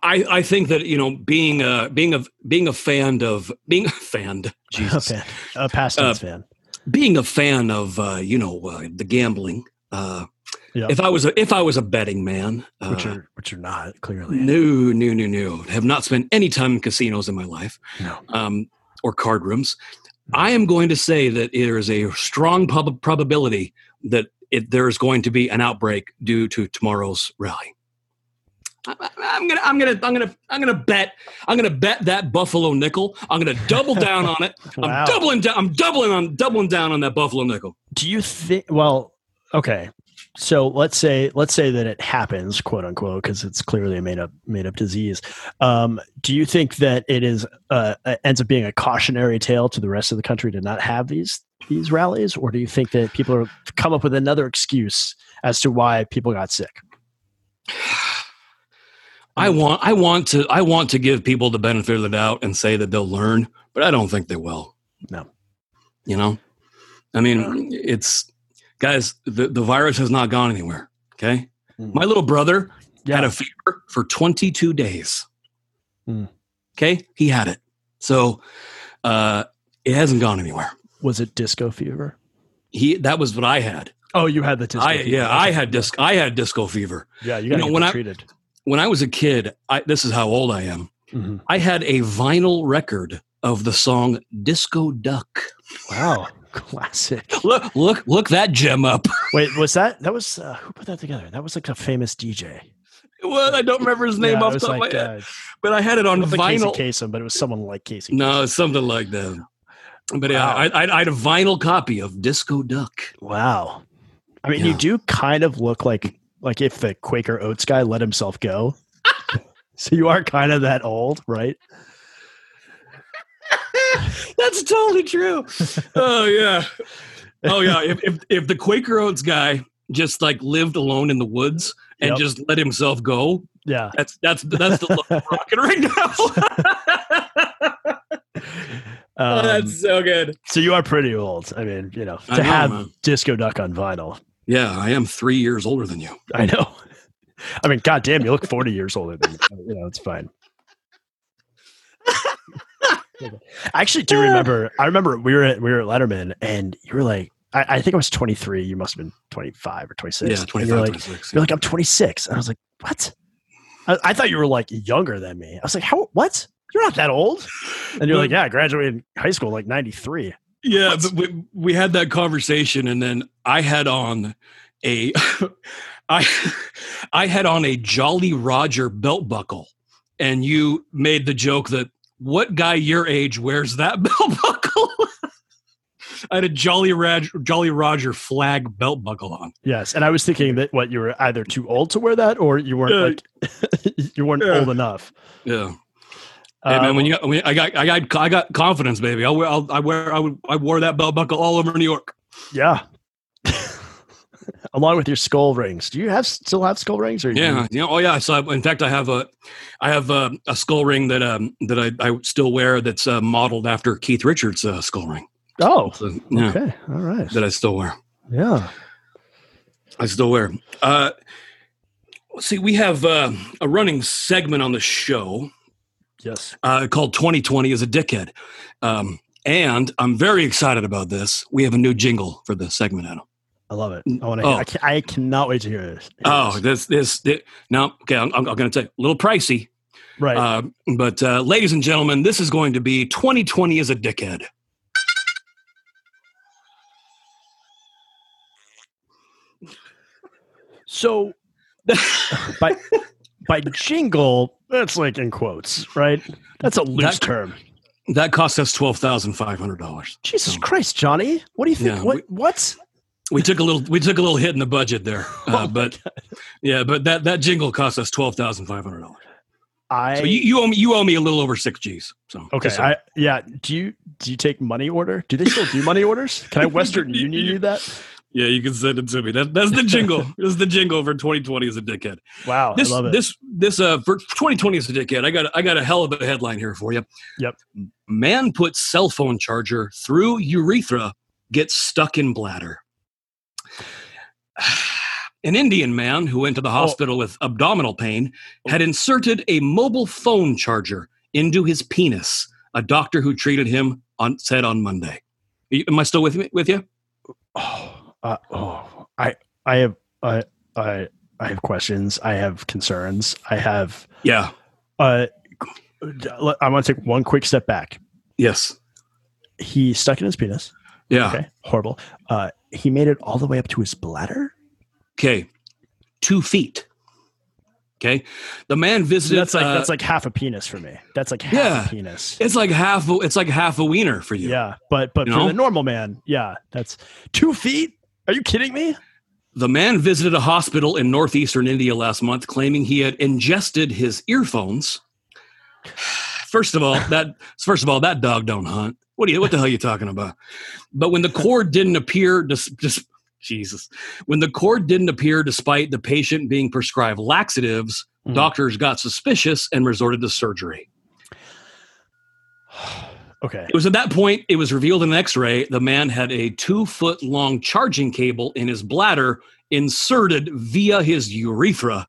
Speaker 2: I, I think that you know being a being a being a fan of being a fan Jesus Uh,
Speaker 4: a, fan, a past tense fan
Speaker 2: being a fan of uh, you know uh, the gambling uh,
Speaker 4: Yeah.
Speaker 2: if I was a, if I was a betting man uh,
Speaker 4: which are which are not clearly
Speaker 2: No, no, no, no. Have not spent any time in casinos in my life
Speaker 4: No.
Speaker 2: um, or card rooms. I am going to say that there is a strong pub- probability that it, there is going to be an outbreak due to tomorrow's rally. I- I- I'm gonna, I'm gonna, I'm gonna, I'm gonna bet. I'm gonna bet that Buffalo nickel. I'm gonna double down on it.
Speaker 4: Wow.
Speaker 2: I'm doubling down. I'm doubling on doubling down on that Buffalo nickel.
Speaker 4: do you think well okay so let's say let's say that it happens quote unquote because it's clearly a made up made up disease um, do you think that it is uh, uh, ends up being a cautionary tale to the rest of the country to not have these these rallies or do you think that people are come up with another excuse as to why people got sick
Speaker 2: I want, I want to, I want to give people the benefit of the doubt and say that they'll learn, but I don't think they will.
Speaker 4: No.
Speaker 2: you know, I mean, it's guys. The the virus has not gone anywhere. Okay,
Speaker 4: Mm.
Speaker 2: my little brother had
Speaker 4: Yeah.
Speaker 2: a fever for 22 days.
Speaker 4: Mm.
Speaker 2: Okay, he had it, so uh, it hasn't gone anywhere.
Speaker 4: was it disco fever
Speaker 2: He that was what I had.
Speaker 4: oh you had the disco
Speaker 2: I
Speaker 4: fever.
Speaker 2: yeah, I had disc. I had disco fever
Speaker 4: yeah
Speaker 2: you
Speaker 4: you got
Speaker 2: know, when I-
Speaker 4: treated
Speaker 2: when I was a kid. I, this is how old I am.
Speaker 4: Mhm.
Speaker 2: I had a vinyl record of the song Disco Duck.
Speaker 4: wow classic
Speaker 2: Look, look, look that gem up.
Speaker 4: wait was that that was uh, who put that together that was like a famous dj
Speaker 2: well, I don't remember his name
Speaker 4: Yeah,
Speaker 2: off
Speaker 4: it
Speaker 2: the
Speaker 4: was
Speaker 2: top of
Speaker 4: like,
Speaker 2: my head,
Speaker 4: uh,
Speaker 2: but I had it on
Speaker 4: not like Casey
Speaker 2: vinyl.
Speaker 4: Kasem, but it was someone like Casey.
Speaker 2: No, something like that. But yeah,
Speaker 4: Wow.
Speaker 2: I, I, I had a vinyl copy of Disco Duck.
Speaker 4: Wow. I mean, you
Speaker 2: Yeah.
Speaker 4: do kind of look like like if the Quaker Oats guy let himself go. so you are kind of that old, right?
Speaker 2: That's totally true. oh yeah, oh yeah. If, if if the Quaker Oats guy just like lived alone in the woods and
Speaker 4: Yep.
Speaker 2: just let himself go,
Speaker 4: Yeah.
Speaker 2: that's that's that's the look I'm rocking right now.
Speaker 4: Um,
Speaker 2: so good.
Speaker 4: so you are pretty old. I mean, you know,
Speaker 2: Oh, I
Speaker 4: to
Speaker 2: know,
Speaker 4: have
Speaker 2: man.
Speaker 4: Disco Duck on vinyl.
Speaker 2: Yeah, I am three years older than you.
Speaker 4: I know. I mean, goddamn, you look 40 years older than me. You know, it's fine. I actually do remember. I remember we were at, we were at Letterman, and you were like, I, I think I was 23. You must have been 25 or 26.
Speaker 2: yeah,
Speaker 4: And
Speaker 2: 25,
Speaker 4: You're like,
Speaker 2: 26.
Speaker 4: you're like, I'm 26. And I was like, what? I, I thought you were like younger than me. I was like, how? What? You're not that old. And you're like, yeah, I graduated high school in like 93.
Speaker 2: Yeah, but we, we had that conversation, and then I had on a, I, I had on a Jolly Roger belt buckle, and you made the joke that what guy your age wears that belt buckle? I had a Jolly Roger, Jolly Roger flag belt buckle on.
Speaker 4: Yes, and I was thinking that what you were either too old to wear that, or you weren't like you weren't
Speaker 2: Yeah.
Speaker 4: old enough.
Speaker 2: Yeah, hey man,
Speaker 4: Um,
Speaker 2: when you got, when I got, I got, I got confidence, baby. I wear, I'll, I wear, I, would, I wore that belt buckle all over New York.
Speaker 4: yeah, along with your skull rings. Do you have still have skull rings? Or
Speaker 2: Yeah, yeah. Oh, yeah. So, I, in fact, I have a, I have a, a skull ring that um that I, I still wear that's uh, modeled after Keith Richards' uh, skull ring.
Speaker 4: Oh,
Speaker 2: So, yeah,
Speaker 4: okay, all right.
Speaker 2: that I still wear.
Speaker 4: Yeah,
Speaker 2: I still wear. Uh, see, we have uh, a running segment on the show
Speaker 4: yes.
Speaker 2: uh, called "2020 is a Dickhead," um, and I'm very excited about this. We have a new jingle for this segment, Adam.
Speaker 4: I love it. I want to.
Speaker 2: Oh.
Speaker 4: I, ca- I cannot wait to hear this.
Speaker 2: Oh, this, this, this now, okay. I'm, I'm going to tell you, a little pricey,
Speaker 4: right.
Speaker 2: Uh, but uh, ladies and gentlemen, this is going to be 2020 is a dickhead.
Speaker 4: so by by jingle, that's like in quotes, right? That's a loose
Speaker 2: That-
Speaker 4: term.
Speaker 2: That cost us twelve thousand five hundred dollars.
Speaker 4: Jesus Christ, Johnny! What do you think?
Speaker 2: oh. Yeah,
Speaker 4: what? what?
Speaker 2: We took a little we took a little hit in the budget there, uh, but yeah, but that that jingle cost us twelve thousand five hundred dollars.
Speaker 4: I
Speaker 2: So you, you owe me you owe me a little over six G's. So
Speaker 4: Okay.
Speaker 2: just so-
Speaker 4: I, yeah. Do you do you take money order? Do they still do money orders? Can I Western Union you that?
Speaker 2: yeah, you can send it to me. That, that's the jingle. this is the jingle for 2020 is a dickhead.
Speaker 4: Wow,
Speaker 2: this
Speaker 4: I love it.
Speaker 2: this this uh for 2020 is a dickhead. I got I got a hell of a headline here for you.
Speaker 4: Yep.
Speaker 2: Man puts cell phone charger through urethra gets stuck in bladder. An Indian man who went to the
Speaker 4: Oh.
Speaker 2: hospital with abdominal pain had inserted a mobile phone charger into his penis. A doctor who treated him on said on Monday. Are you- Am I still with me, with you?
Speaker 4: oh, uh, oh, I I have I I I have questions. I have concerns. I have.
Speaker 2: Yeah.
Speaker 4: Uh, I want to take one quick step back.
Speaker 2: Yes.
Speaker 4: He stuck it in his penis.
Speaker 2: Yeah.
Speaker 4: Okay, horrible. Uh, he made it all the way up to his bladder.
Speaker 2: Okay, two feet. Okay, the man visited.
Speaker 4: that's like
Speaker 2: uh,
Speaker 4: that's like half a penis for me. That's like half
Speaker 2: Yeah.
Speaker 4: a penis.
Speaker 2: it's like half. a- It's like half a wiener for you.
Speaker 4: Yeah, but but
Speaker 2: You
Speaker 4: for
Speaker 2: know?
Speaker 4: the normal man, yeah, that's two feet. Are you kidding me?
Speaker 2: The man visited a hospital in northeastern India last month, claiming he had ingested his earphones. First of all, that first of all, that dog don't hunt. What do you? What the hell are you talking about? But when the cord didn't appear, just, just Jesus, when the cord didn't appear, despite the patient being prescribed laxatives,
Speaker 4: Mhm.
Speaker 2: doctors got suspicious and resorted to surgery.
Speaker 4: Okay.
Speaker 2: It was at that point it was revealed in an X-ray the man had a two-foot-long charging cable in his bladder inserted via his urethra,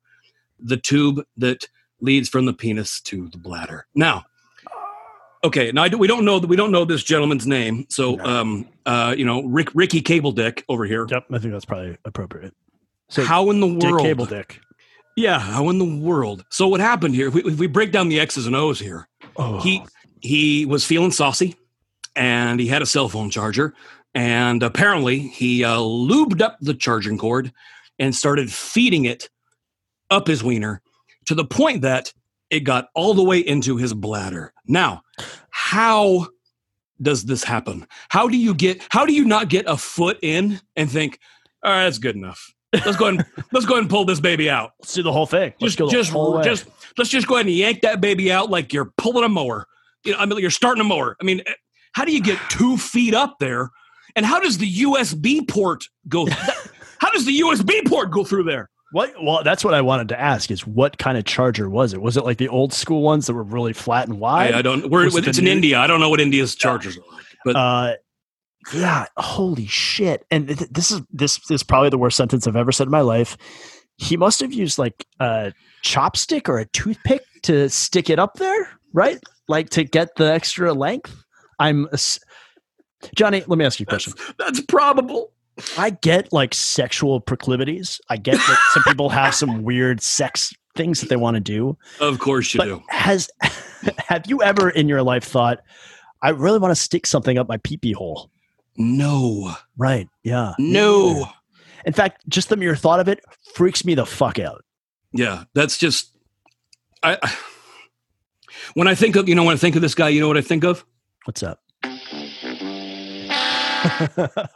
Speaker 2: the tube that leads from the penis to the bladder. Now, okay, now I do, we don't know we don't know this gentleman's name, so
Speaker 4: No.
Speaker 2: um uh you know Rick Ricky Cable Dick over here.
Speaker 4: Yep, I think that's probably appropriate. So
Speaker 2: How in the
Speaker 4: Dick
Speaker 2: world?
Speaker 4: Cable Dick.
Speaker 2: Yeah, how in the world? So what happened here? If we, if we break down the X's and O's here.
Speaker 4: Oh,
Speaker 2: he he was feeling saucy and he had a cell phone charger and apparently he uh, lubed up the charging cord and started feeding it up his wiener to the point that it got all the way into his bladder now how does this happen how do you get how do you not get a foot in and think all right that's good enough let's go ahead and, let's go ahead and pull this baby out
Speaker 4: let's do the whole thing. Let's
Speaker 2: just
Speaker 4: go the
Speaker 2: just
Speaker 4: whole way.
Speaker 2: just let's just go ahead and yank that baby out like you're pulling a mower. You know, I mean, you're starting a mower. I mean, eh, how do you get two feet up there? And how does the USB port go? that- how does the USB port go through there?
Speaker 4: what? Well, that's what I wanted to ask: is what kind of charger was it? Was it like the old school ones that were really flat and wide?
Speaker 2: I, I don't. We're,
Speaker 4: Was it
Speaker 2: it's
Speaker 4: the
Speaker 2: in
Speaker 4: new-
Speaker 2: India. I don't know what India's chargers are like, but
Speaker 4: uh, yeah, holy shit. And th- this is this is probably the worst sentence I've ever said in my life. He must have used like a chopstick or a toothpick to stick it up there, right? Like to get the extra length. I'm ass- Johnny, let me ask you a question.
Speaker 2: That's, that's probable.
Speaker 4: I get like sexual proclivities. I get that some people have some weird sex things that they want to do.
Speaker 2: Of course you
Speaker 4: But
Speaker 2: do.
Speaker 4: has have you ever in your life thought, I really want to stick something up my peepee hole?
Speaker 2: No.
Speaker 4: Right. Yeah.
Speaker 2: No.
Speaker 4: In fact, just the mere thought of it freaks me the fuck out.
Speaker 2: Yeah, that's just I, I when I think of you know when I think of this guy, you know what I think of?
Speaker 4: What's up?
Speaker 2: I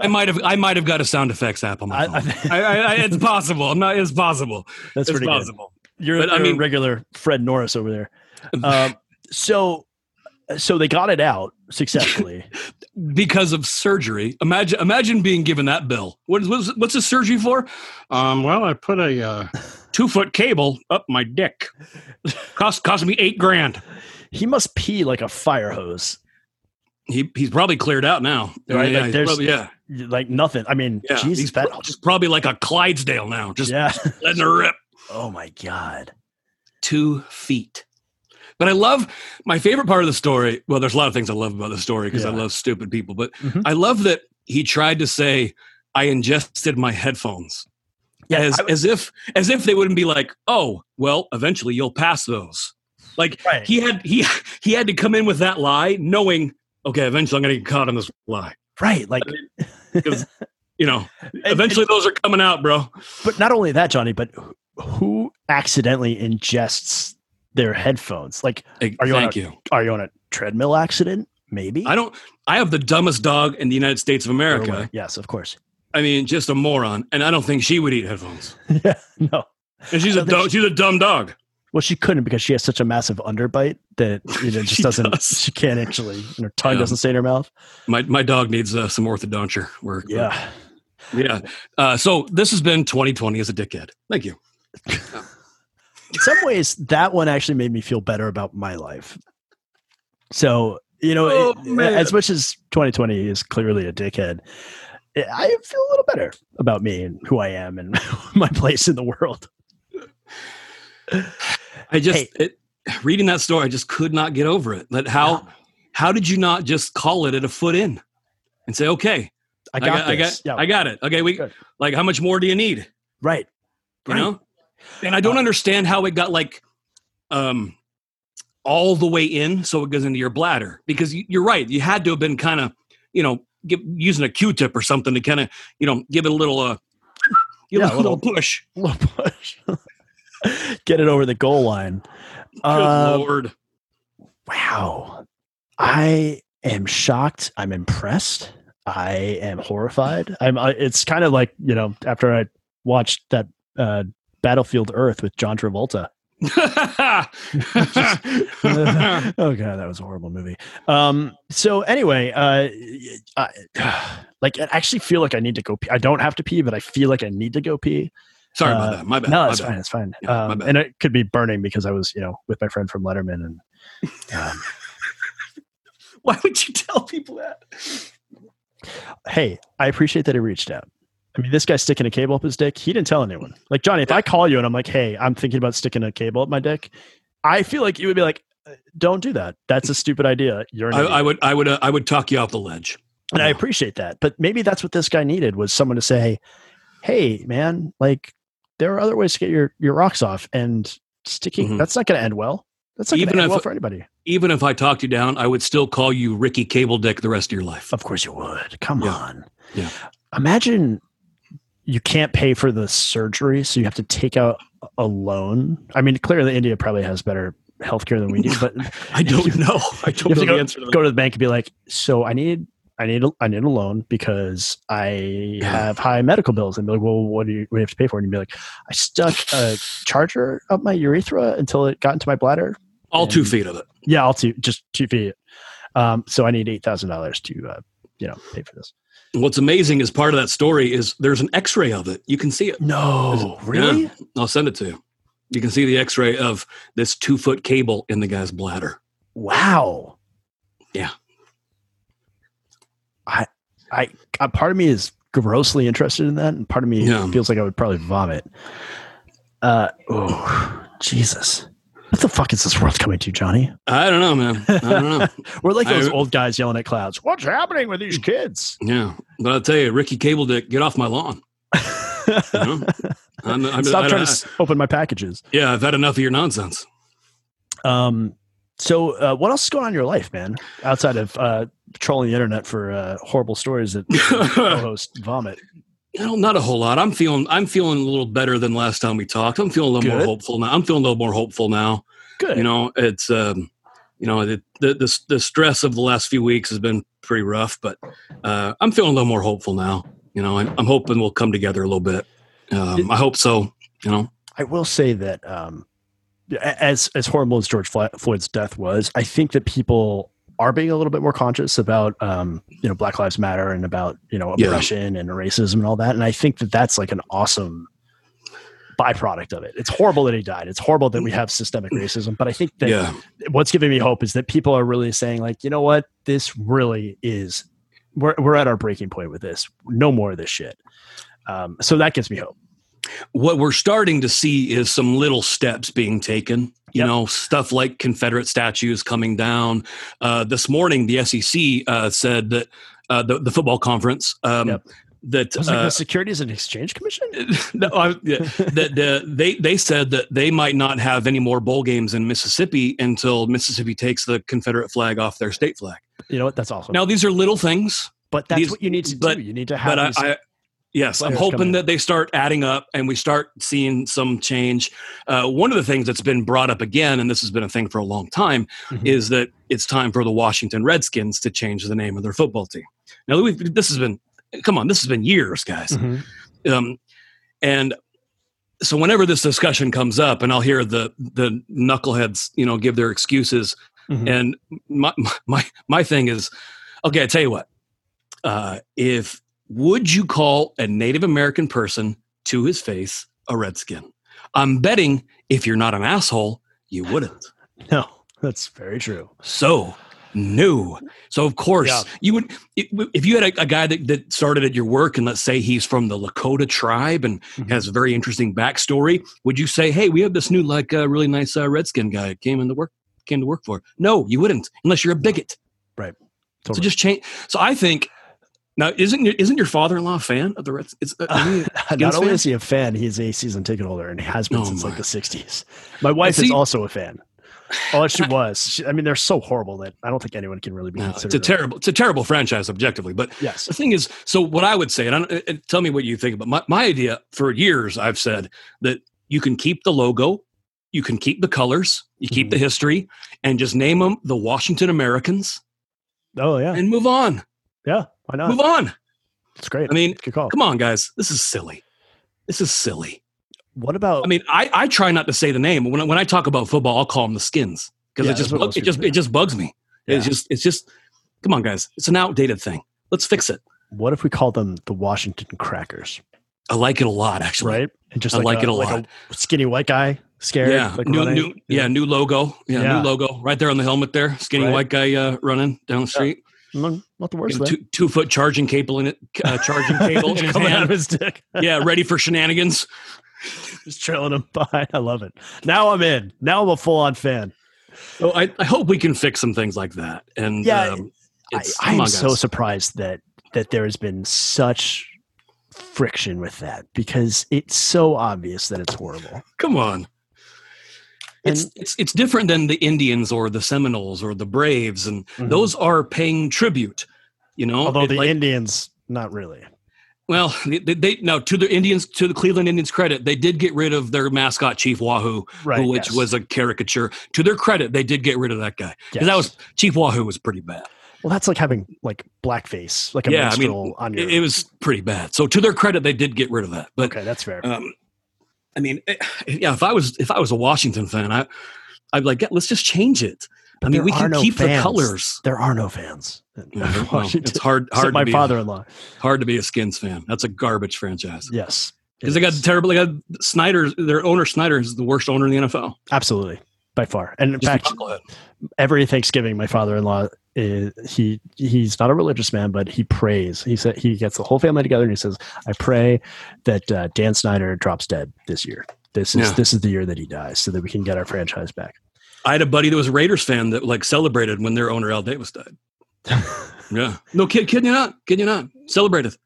Speaker 2: might have I might have got a sound effects app on my
Speaker 4: I-
Speaker 2: phone. I, I, I, it's possible. I'm not. It's possible.
Speaker 4: That's
Speaker 2: it's
Speaker 4: pretty good.
Speaker 2: possible.
Speaker 4: You're,
Speaker 2: But, I
Speaker 4: you're
Speaker 2: mean-
Speaker 4: a regular Fred Norris over there. Um, so, so they got it out successfully.
Speaker 2: Because of surgery. Imagine imagine being given that bill. What is what's, what's a surgery for? Um. Well, I put a uh, two foot cable up my dick. Cost cost me eight grand.
Speaker 4: he must pee like a fire hose,
Speaker 2: He he's probably cleared out now.
Speaker 4: Right,
Speaker 2: Yeah.
Speaker 4: like
Speaker 2: he's
Speaker 4: there's-
Speaker 2: probably- yeah.
Speaker 4: like nothing. I mean,
Speaker 2: Yeah.
Speaker 4: Jesus,
Speaker 2: he's
Speaker 4: that,
Speaker 2: pro- just probably like a Clydesdale now. Just
Speaker 4: yeah.
Speaker 2: letting her rip.
Speaker 4: Oh my god.
Speaker 2: two feet. But I love my favorite part of the story. Well, there's a lot of things I love about the story because I
Speaker 4: Yeah.
Speaker 2: love stupid people, but
Speaker 4: Mhm.
Speaker 2: I love that he tried to say, I ingested my headphones.
Speaker 4: Yeah,
Speaker 2: as,
Speaker 4: I-
Speaker 2: as if as if they wouldn't be like, oh, well, eventually you'll pass those. Like
Speaker 4: Right.
Speaker 2: he had he he had to come in with that lie, knowing, okay, eventually I'm gonna get caught on this lie.
Speaker 4: Right. Like,
Speaker 2: You know,
Speaker 4: and-
Speaker 2: eventually those are coming out, bro.
Speaker 4: But not only that, Johnny, but wh- who accidentally ingests their headphones? Like,
Speaker 2: Hey,
Speaker 4: Are you on
Speaker 2: Thank you.
Speaker 4: are you on a treadmill accident? Maybe.
Speaker 2: I don't I have the dumbest dog in the United States of
Speaker 4: Or
Speaker 2: America.
Speaker 4: what? Yes, of course.
Speaker 2: I mean, just a moron, and I don't think she would eat headphones.
Speaker 4: No.
Speaker 2: And she's
Speaker 4: I
Speaker 2: a
Speaker 4: don't think
Speaker 2: dumb, she's a dumb dog.
Speaker 4: Well, she couldn't because she has such a massive underbite that you know, it just
Speaker 2: She
Speaker 4: doesn't.
Speaker 2: does.
Speaker 4: She can't actually. And her tongue
Speaker 2: Yeah.
Speaker 4: doesn't stay in her mouth.
Speaker 2: My my dog needs uh, some orthodonture work.
Speaker 4: Yeah.
Speaker 2: yeah. Uh, so this has been 2020 as a dickhead. Thank you.
Speaker 4: In some ways, that one actually made me feel better about my life. So you know,
Speaker 2: Oh,
Speaker 4: it-
Speaker 2: man.
Speaker 4: as much as 2020 is clearly a dickhead, eh, I feel a little better about me and who I am and my place in the world.
Speaker 2: I just
Speaker 4: Hey.
Speaker 2: it, reading that story, I just could not get over it. That how how did you not just call it at a foot in and say, okay,
Speaker 4: I got,
Speaker 2: I got,
Speaker 4: this. yeah,
Speaker 2: I got it. Okay, we
Speaker 4: Good.
Speaker 2: like how much more do you need? You
Speaker 4: right. Right.
Speaker 2: know. And I
Speaker 4: Uh,
Speaker 2: don't understand how it got like, um, all the way in, so it goes into your bladder. Because you- you're right, you had to have been kind of, you know, give, using a Q-tip or something to kind of, you know, give it a little, uh, give
Speaker 4: Yeah,
Speaker 2: it a
Speaker 4: a
Speaker 2: little,
Speaker 4: little-
Speaker 2: push.
Speaker 4: Little push. Get it over the goal line.
Speaker 2: Good
Speaker 4: Uh,
Speaker 2: lord.
Speaker 4: wow. I am shocked. I'm impressed. I am horrified. I'm. I, it's kind of like you know after I watched that uh, Battlefield Earth with John Travolta. oh god, that was a horrible movie. Um. So anyway, uh, I, like I actually feel like I need to go. Pee. I don't have to pee, but I feel like I need to go pee.
Speaker 2: Sorry about
Speaker 4: uh,
Speaker 2: that. My bad.
Speaker 4: No,
Speaker 2: my
Speaker 4: it's
Speaker 2: bad.
Speaker 4: fine. It's fine.
Speaker 2: Yeah, my
Speaker 4: um,
Speaker 2: bad.
Speaker 4: and it could be burning because I was, you know, with my friend from Letterman, and um,
Speaker 2: Why would you tell people that?
Speaker 4: hey, I appreciate that he reached out. I mean, this guy's sticking a cable up his dick. He didn't tell anyone. Like Johnny, if I call you and I'm like, hey, I'm thinking about sticking a cable up my dick, I feel like you would be like, uh, don't do that. That's a stupid idea. You're an
Speaker 2: I,
Speaker 4: idiot.
Speaker 2: I would, I would, uh, I would talk you off the ledge.
Speaker 4: and I appreciate that. But maybe that's what this guy needed was someone to say, hey, man, like there are other ways to get your your rocks off, and sticking
Speaker 2: Mhm.
Speaker 4: that's not going to end well. That's not going
Speaker 2: Even
Speaker 4: to end
Speaker 2: if-
Speaker 4: well for anybody.
Speaker 2: Even if I talked you down, I would still call you Ricky Cable Dick the rest of your life.
Speaker 4: Of course you would. Come
Speaker 2: Yeah.
Speaker 4: on.
Speaker 2: Yeah.
Speaker 4: Imagine you can't pay for the surgery, so you have to take out a loan. I mean, clearly India probably has better healthcare than we do, but
Speaker 2: I don't know. I don't
Speaker 4: You have to
Speaker 2: know the answer to that.
Speaker 4: go to the bank and be like, "So I need, I need, a, I need a loan because I
Speaker 2: Yeah.
Speaker 4: have high medical bills." And be like, "Well, what do you, what do you have to pay for?" it? And you'd be like, "I stuck a charger up my urethra until it got into my bladder,
Speaker 2: All two
Speaker 4: and-
Speaker 2: feet of it.
Speaker 4: yeah, I'll two just two feet. Um, so I need eight thousand dollars to uh, you know pay for this.
Speaker 2: What's amazing is part of that story is there's an X-ray of it. You can see it.
Speaker 4: No, really?
Speaker 2: Yeah. I'll send it to you. You can see the X-ray of this two-foot cable in the guy's bladder.
Speaker 4: Wow.
Speaker 2: Yeah.
Speaker 4: I, I I, I part of me is grossly interested in that, and part of me
Speaker 2: Yeah.
Speaker 4: feels like I would probably vomit. Uh, oh, Jesus. What the fuck is this world coming to, Johnny?
Speaker 2: I don't know, man. I don't know.
Speaker 4: We're like those
Speaker 2: I-
Speaker 4: old guys yelling at clouds. What's happening with these kids?
Speaker 2: Yeah, but I'll tell you, Ricky Cable Dick, get off my lawn. You know? I'm, I'm,
Speaker 4: Stop
Speaker 2: I-
Speaker 4: trying to
Speaker 2: I-
Speaker 4: s- open my packages.
Speaker 2: yeah, I've had enough of your nonsense.
Speaker 4: Um, so uh, what else is going on in your life, man? Outside of uh, trolling the internet for uh, horrible stories that co-host vomit.
Speaker 2: You know, not a whole lot. I'm feeling I'm feeling a little better than last time we talked. I'm feeling a little
Speaker 4: Good.
Speaker 2: more hopeful now. I'm feeling a little more hopeful now.
Speaker 4: Good.
Speaker 2: You know, it's um, you know the, the the the stress of the last few weeks has been pretty rough, but uh, I'm feeling a little more hopeful now. You know, I'm, I'm hoping we'll come together a little bit. Um, I hope so. You know,
Speaker 4: I will say that um, a- as as horrible as George Flo- Floyd's death was, I think that people are being a little bit more conscious about um, you know Black Lives Matter and about you know
Speaker 2: Yeah.
Speaker 4: oppression and racism and all that. And I think that that's like an awesome byproduct of it. It's horrible that he died. It's horrible that we have systemic racism. But I think that
Speaker 2: yeah,
Speaker 4: what's giving me hope is that people are really saying like, you know what, this really is. We're we're at our breaking point with this. No more of this shit. Um, so that gives me hope.
Speaker 2: what we're starting to see is some little steps being taken. You
Speaker 4: Yep.
Speaker 2: know, stuff like Confederate statues coming down. Uh, this morning, the SEC uh, said that uh, the, the football conference um,
Speaker 4: Yep.
Speaker 2: that
Speaker 4: I was like,
Speaker 2: uh,
Speaker 4: the Securities and Exchange Commission.
Speaker 2: no, I, yeah, that the, they they said that they might not have any more bowl games in Mississippi until Mississippi takes the Confederate flag off their state flag.
Speaker 4: You know what? That's awesome.
Speaker 2: Now these are little things,
Speaker 4: but that's
Speaker 2: these-
Speaker 4: what you need to
Speaker 2: but-
Speaker 4: do. You need to have.
Speaker 2: but I,
Speaker 4: these-
Speaker 2: I yes, I'm
Speaker 4: players come in.
Speaker 2: hoping that they start adding up and we start seeing some change. Uh, one of the things that's been brought up again, and this has been a thing for a long time,
Speaker 4: Mhm.
Speaker 2: is that it's time for the Washington Redskins to change the name of their football team. Now we've, this has been come on, this has been years, guys.
Speaker 4: Mhm.
Speaker 2: um, and so whenever this discussion comes up and i'll hear the the knuckleheads you know give their excuses
Speaker 4: Mhm.
Speaker 2: and my my my thing is okay i tell you what uh, if would you call a native american person to his face a redskin i'm betting if you're not an asshole you wouldn't
Speaker 4: No, that's very true.
Speaker 2: so no so of course
Speaker 4: Yeah.
Speaker 2: you would if you had a, a guy that, that started at your work and let's say he's from the lakota tribe and
Speaker 4: Mhm.
Speaker 2: has a very interesting backstory would you say hey we have this new like uh, really nice uh, redskin guy that came in the work came to work for no you wouldn't unless you're a bigot so
Speaker 4: Totally.
Speaker 2: just change so i think now isn't your, isn't your father-in-law a fan of the reds it's uh, isn't he- Skins
Speaker 4: Not only
Speaker 2: fan?
Speaker 4: is he a fan, he's a season ticket holder and has been
Speaker 2: Oh,
Speaker 4: since like
Speaker 2: my.
Speaker 4: the '60s. My wife is
Speaker 2: see-
Speaker 4: also a fan. Oh, she was. She, I mean, they're so horrible that I don't think anyone can really be
Speaker 2: no,
Speaker 4: considered.
Speaker 2: it's a
Speaker 4: a-
Speaker 2: terrible it's a terrible franchise objectively but
Speaker 4: yes.
Speaker 2: The thing is, so what I would say, and, I don't, and tell me what you think about my, my idea for years, I've said that you can keep the logo, you can keep the colors, you keep
Speaker 4: Mhm.
Speaker 2: the history, and just name them the Washington Americans
Speaker 4: Oh yeah.
Speaker 2: and move on.
Speaker 4: Yeah. Why not?
Speaker 2: Move on.
Speaker 4: It's great.
Speaker 2: I mean,
Speaker 4: Good call.
Speaker 2: come on, guys. This is silly. This is silly.
Speaker 4: What about?
Speaker 2: I mean, I, I try not to say the name. When, I- when I talk about football, I'll call them the skins because
Speaker 4: Yeah,
Speaker 2: it
Speaker 4: that's
Speaker 2: just
Speaker 4: what
Speaker 2: bug-
Speaker 4: most
Speaker 2: it just
Speaker 4: people do.
Speaker 2: it just bugs me. It's
Speaker 4: Yeah.
Speaker 2: just it's just come on, guys. It's an outdated thing. Let's fix it.
Speaker 4: what if we call them the Washington Crackers?
Speaker 2: I like it a lot, actually.
Speaker 4: Right. And just
Speaker 2: I like it a
Speaker 4: Like a skinny white guy, scared.
Speaker 2: Yeah,
Speaker 4: like
Speaker 2: new,
Speaker 4: running.
Speaker 2: new, yeah, new logo. Yeah,
Speaker 4: Yeah.
Speaker 2: new logo right there on the helmet. There, skinny
Speaker 4: Right.
Speaker 2: white guy uh, running down the street.
Speaker 4: Mm, Not the worst.
Speaker 2: You know,
Speaker 4: there.
Speaker 2: two, two foot charging cable in it. Uh, charging cable in his
Speaker 4: coming out of
Speaker 2: hand.
Speaker 4: his dick.
Speaker 2: Yeah, ready for shenanigans.
Speaker 4: Just trailing him behind. I love it. Now I'm in. Now I'm a full on fan.
Speaker 2: So I, I hope we can fix some things like that. And
Speaker 4: Yeah,
Speaker 2: um,
Speaker 4: I,
Speaker 2: it's,
Speaker 4: I
Speaker 2: come
Speaker 4: am
Speaker 2: on,
Speaker 4: so
Speaker 2: guys.
Speaker 4: surprised that that there has been such friction with that because it's so obvious that it's horrible.
Speaker 2: come on. It's,
Speaker 4: And-
Speaker 2: it's it's different than the Indians or the Seminoles or the Braves, and
Speaker 4: Mhm.
Speaker 2: those are paying tribute. You know,
Speaker 4: although
Speaker 2: It-
Speaker 4: the
Speaker 2: like-
Speaker 4: Indians, not really.
Speaker 2: Well, they, they, they no to the Indians to the Cleveland Indians credit, they did get rid of their mascot Chief Wahoo,
Speaker 4: Right,
Speaker 2: who- which
Speaker 4: yes.
Speaker 2: was a caricature. To their credit, they did get rid of that guy 'Cause
Speaker 4: Yes.
Speaker 2: that was Chief Wahoo was pretty bad.
Speaker 4: Well, that's like having like blackface, like a
Speaker 2: yeah, I
Speaker 4: minstrel
Speaker 2: mean,
Speaker 4: on your.
Speaker 2: it, it was pretty bad. So to their credit, they did get rid of that. But
Speaker 4: okay, that's fair.
Speaker 2: um, I mean, eh, yeah, if I was if I was a Washington fan, I I'd be like yeah, let's just change it. I mean,
Speaker 4: there
Speaker 2: we
Speaker 4: are
Speaker 2: can
Speaker 4: no
Speaker 2: keep the
Speaker 4: fans.
Speaker 2: colors.
Speaker 4: there are no fans.
Speaker 2: You know, Mm-hmm. well,
Speaker 4: Washington.
Speaker 2: it's hard
Speaker 4: Except
Speaker 2: hard
Speaker 4: my
Speaker 2: to be
Speaker 4: father-in-law.
Speaker 2: hard to be a Skins fan. That's a garbage franchise.
Speaker 4: Yes,
Speaker 2: Because they
Speaker 4: it
Speaker 2: got
Speaker 4: is.
Speaker 2: terrible. They got Snyder. Their owner Snyder is the worst owner in the NFL.
Speaker 4: absolutely. by far. And in
Speaker 2: Just a
Speaker 4: fact,
Speaker 2: knucklehead.
Speaker 4: every Thanksgiving, my father-in-law is, he he's not a religious man, but he prays. He said he gets the whole family together and he says, "I pray that uh, Dan Snyder drops dead this year. This is
Speaker 2: Yeah.
Speaker 4: this is the year that he dies, so that we can get our franchise back."
Speaker 2: I had a buddy that was a Raiders fan that like celebrated when their owner Al Davis died. yeah. No kid, kid you not, kid you not. Celebrated.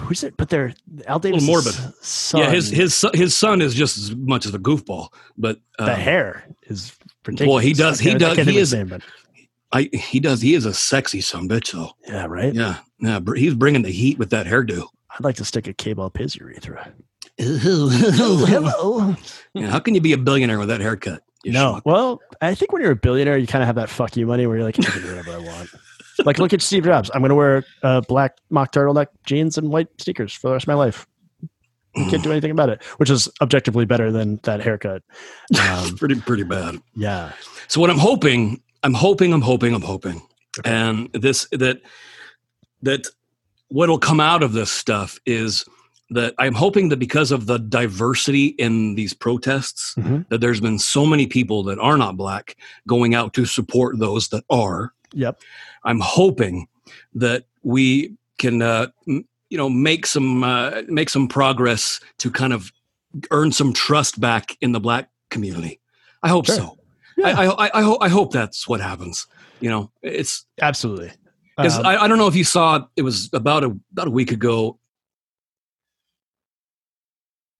Speaker 4: Who's it? But they're Al Davis.
Speaker 2: morbid.
Speaker 4: Son,
Speaker 2: Yeah, his his son- his son is just as much of a goofball, but um,
Speaker 4: the hair is ridiculous.
Speaker 2: Well, he does-
Speaker 4: I can't-
Speaker 2: he
Speaker 4: I
Speaker 2: does-
Speaker 4: can't
Speaker 2: he
Speaker 4: even
Speaker 2: is-
Speaker 4: say, but-
Speaker 2: I he does he is a sexy son bitch though.
Speaker 4: yeah, right.
Speaker 2: Yeah, yeah, br- he's bringing the heat with that hairdo.
Speaker 4: I'd like to stick a cable up his urethra. Oh,
Speaker 2: yeah,
Speaker 4: hello.
Speaker 2: how can you be a billionaire with that haircut? You
Speaker 4: no,
Speaker 2: schmuck?
Speaker 4: well, I think when you're a billionaire, you kind of have that fuck you money where you're like, I can do whatever I want. like, look at Steve Jobs. I'm going to wear uh, black mock turtleneck jeans and white sneakers for the rest of my life. You can't do anything about it, which is objectively better than that haircut. Um,
Speaker 2: pretty pretty bad.
Speaker 4: yeah,
Speaker 2: So what I'm hoping, I'm hoping, I'm hoping, I'm hoping, and this that that what'll come out of this stuff is that I'm hoping that because of the diversity in these protests,
Speaker 4: Mhm.
Speaker 2: that there's been so many people that are not black going out to support those that are.
Speaker 4: yep.
Speaker 2: I'm hoping that we can, uh, m- you know, make some uh, make some progress to kind of earn some trust back in the black community. I hope
Speaker 4: Sure.
Speaker 2: so.
Speaker 4: Yeah.
Speaker 2: I, I, I, I, ho- I hope that's what happens. You know, it's
Speaker 4: Absolutely.
Speaker 2: 'cause
Speaker 4: Um,
Speaker 2: I, I don't know if you saw it was about a about a week ago.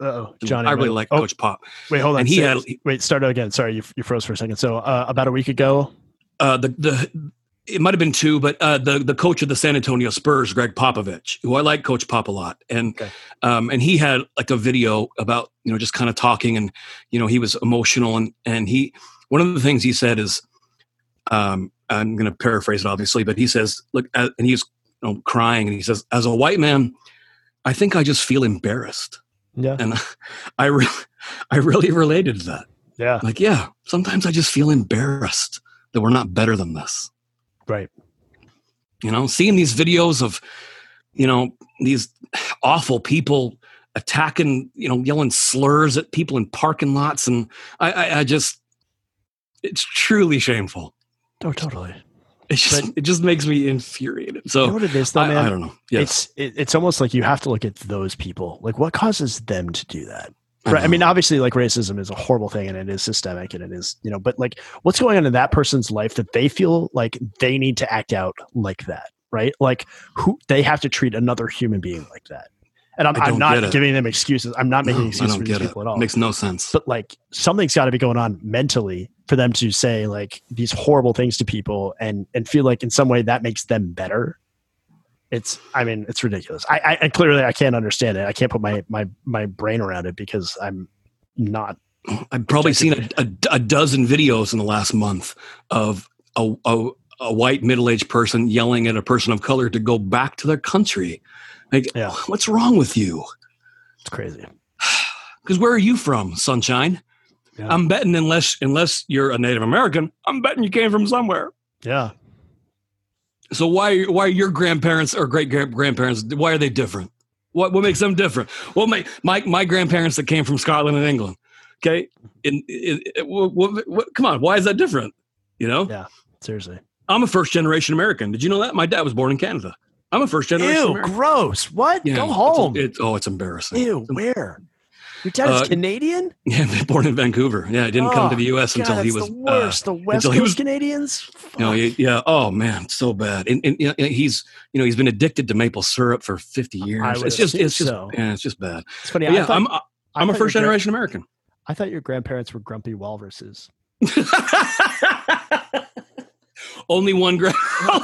Speaker 4: uh-oh, Johnny.
Speaker 2: I really
Speaker 4: wait-
Speaker 2: like
Speaker 4: oh,
Speaker 2: Coach Pop.
Speaker 4: Wait, hold on.
Speaker 2: and he
Speaker 4: Say-
Speaker 2: had-
Speaker 4: wait, start again. Sorry, you, you froze for a second. So, uh, about a week ago,
Speaker 2: Uh, the the it might have been two, but uh, the the coach of the San Antonio Spurs, Greg Popovich, who I like Coach Pop a lot, and
Speaker 4: Okay.
Speaker 2: um, and he had like a video about you know just kind of talking, and you know he was emotional, and and he one of the things he said is, um, I'm going to paraphrase it obviously, but he says look, uh, and he's you know, crying, and he says, as a white man, I think I just feel embarrassed,
Speaker 4: yeah,
Speaker 2: and I re- I really related to that.
Speaker 4: yeah,
Speaker 2: Like, yeah, sometimes I just feel embarrassed that we're not better than this.
Speaker 4: right,
Speaker 2: You know, seeing these videos of, you know, these awful people attacking, you know, yelling slurs at people in parking lots, and I, I, I just, it's truly shameful.
Speaker 4: oh, totally.
Speaker 2: It just, it just makes me infuriated.
Speaker 4: You know
Speaker 2: So
Speaker 4: what it is, though,
Speaker 2: I,
Speaker 4: man.
Speaker 2: I don't know. Yes,
Speaker 4: It's it, it's almost like you have to look at those people. Like, what causes them to do that?
Speaker 2: I
Speaker 4: Right. I,
Speaker 2: know.
Speaker 4: mean, obviously, like racism is a horrible thing, and it is systemic, and it is you know. But like, what's going on in that person's life that they feel like they need to act out like that? Right. Like, who they have to treat another human being like that. And I'm,
Speaker 2: I
Speaker 4: I'm
Speaker 2: don't get
Speaker 4: not
Speaker 2: it.
Speaker 4: giving them excuses. I'm not making
Speaker 2: No, I
Speaker 4: excuses
Speaker 2: don't
Speaker 4: for these
Speaker 2: get it.
Speaker 4: people at all.
Speaker 2: Makes no sense.
Speaker 4: but like something's got to be going on mentally for them to say like these horrible things to people and and feel like in some way that makes them better it's i mean it's ridiculous i i and clearly i can't understand it i can't put my my my brain around it because i'm not
Speaker 2: I've probably seen a, a, a dozen videos in the last month of a, a, a white middle aged person yelling at a person of color to go back to their country. Like,
Speaker 4: Yeah.
Speaker 2: what's wrong with you?
Speaker 4: it's crazy
Speaker 2: Because where are you from, sunshine?
Speaker 4: Yeah.
Speaker 2: I'm betting unless unless you're a Native American, I'm betting you came from somewhere.
Speaker 4: yeah
Speaker 2: So why why are your grandparents or great grand- grandparents why are they different? What what makes them different? Well, my my my grandparents that came from Scotland and England, okay, in, in, in- what, what, what, come on, why is that different? You know,
Speaker 4: Yeah. seriously
Speaker 2: I'm a first generation American. Did you know that my dad was born in Canada? I'm a first generation. American.
Speaker 4: gross what
Speaker 2: Yeah, it's- it's- oh, it's embarrassing.
Speaker 4: where your
Speaker 2: dad is Uh,
Speaker 4: canadian
Speaker 2: Yeah, born in Vancouver. Yeah, he didn't come to the U.S. until he was uh,
Speaker 4: Oh, the
Speaker 2: West until he Coast was-
Speaker 4: canadians
Speaker 2: You know, he- yeah. Oh man, so bad. And, and, you know, he's you know he's been addicted to maple syrup for fifty years.
Speaker 4: would
Speaker 2: it's just
Speaker 4: assume
Speaker 2: it's just
Speaker 4: so.
Speaker 2: yeah, it's just bad.
Speaker 4: it's funny
Speaker 2: Yeah,
Speaker 4: I thought,
Speaker 2: I'm I- I'm
Speaker 4: I
Speaker 2: a
Speaker 4: thought your
Speaker 2: first
Speaker 4: gra-
Speaker 2: generation American.
Speaker 4: i thought your grandparents were grumpy walruses
Speaker 2: only one grand.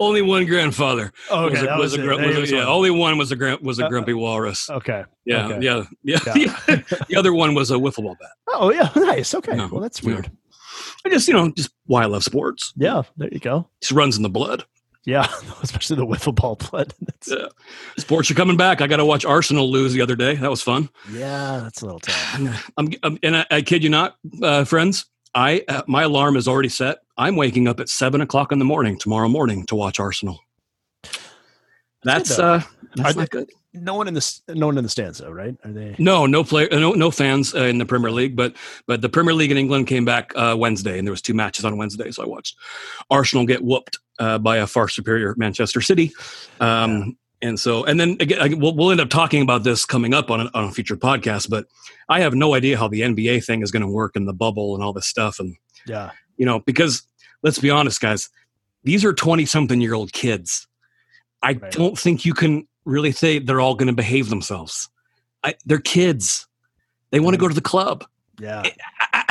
Speaker 2: only one grandfather
Speaker 4: Oh,
Speaker 2: was a, was a, gr- was a- yeah, only one was a grand, was a
Speaker 4: Uh,
Speaker 2: grumpy walrus.
Speaker 4: okay.
Speaker 2: Yeah,
Speaker 4: okay.
Speaker 2: yeah, yeah, the other one was a wiffle ball bat.
Speaker 4: Oh, yeah. Nice. Okay.
Speaker 2: Yeah,
Speaker 4: Well, that's
Speaker 2: yeah.
Speaker 4: weird.
Speaker 2: I just you know just why I love sports.
Speaker 4: Yeah. There you go.
Speaker 2: It runs in the blood.
Speaker 4: Yeah. Especially the wiffle ball blood. That's,
Speaker 2: Yeah. Sports are coming back. I got to watch Arsenal lose the other day. That was fun.
Speaker 4: yeah. That's a little tough.
Speaker 2: I'm, gonna- I'm, I'm and I, I kid you not, uh, friends. I uh, my alarm is already set. I'm waking up at seven o'clock in the morning tomorrow morning to watch Arsenal. That's
Speaker 4: That's good,
Speaker 2: uh,
Speaker 4: Are
Speaker 2: that's
Speaker 4: they-
Speaker 2: not good.
Speaker 4: no one in the s- no one in the stands though, right? Are they?
Speaker 2: No, no player, no no fans uh, in the Premier League, but but the Premier League in England came back uh, Wednesday, and there was two matches on Wednesday, so I watched Arsenal get whooped uh, by a far superior Manchester City, um, and so and then again I, we'll, we'll end up talking about this coming up on a, on a future podcast, but I have no idea how the NBA thing is going to work and the bubble and all this stuff, and
Speaker 4: Yeah,
Speaker 2: you know because let's be honest, guys, these are twenty something year old kids. I
Speaker 4: Right.
Speaker 2: don't think you can really say they're all going to behave themselves. I, they're kids. They want to
Speaker 4: Mhm.
Speaker 2: go to the club.
Speaker 4: yeah.
Speaker 2: I- I-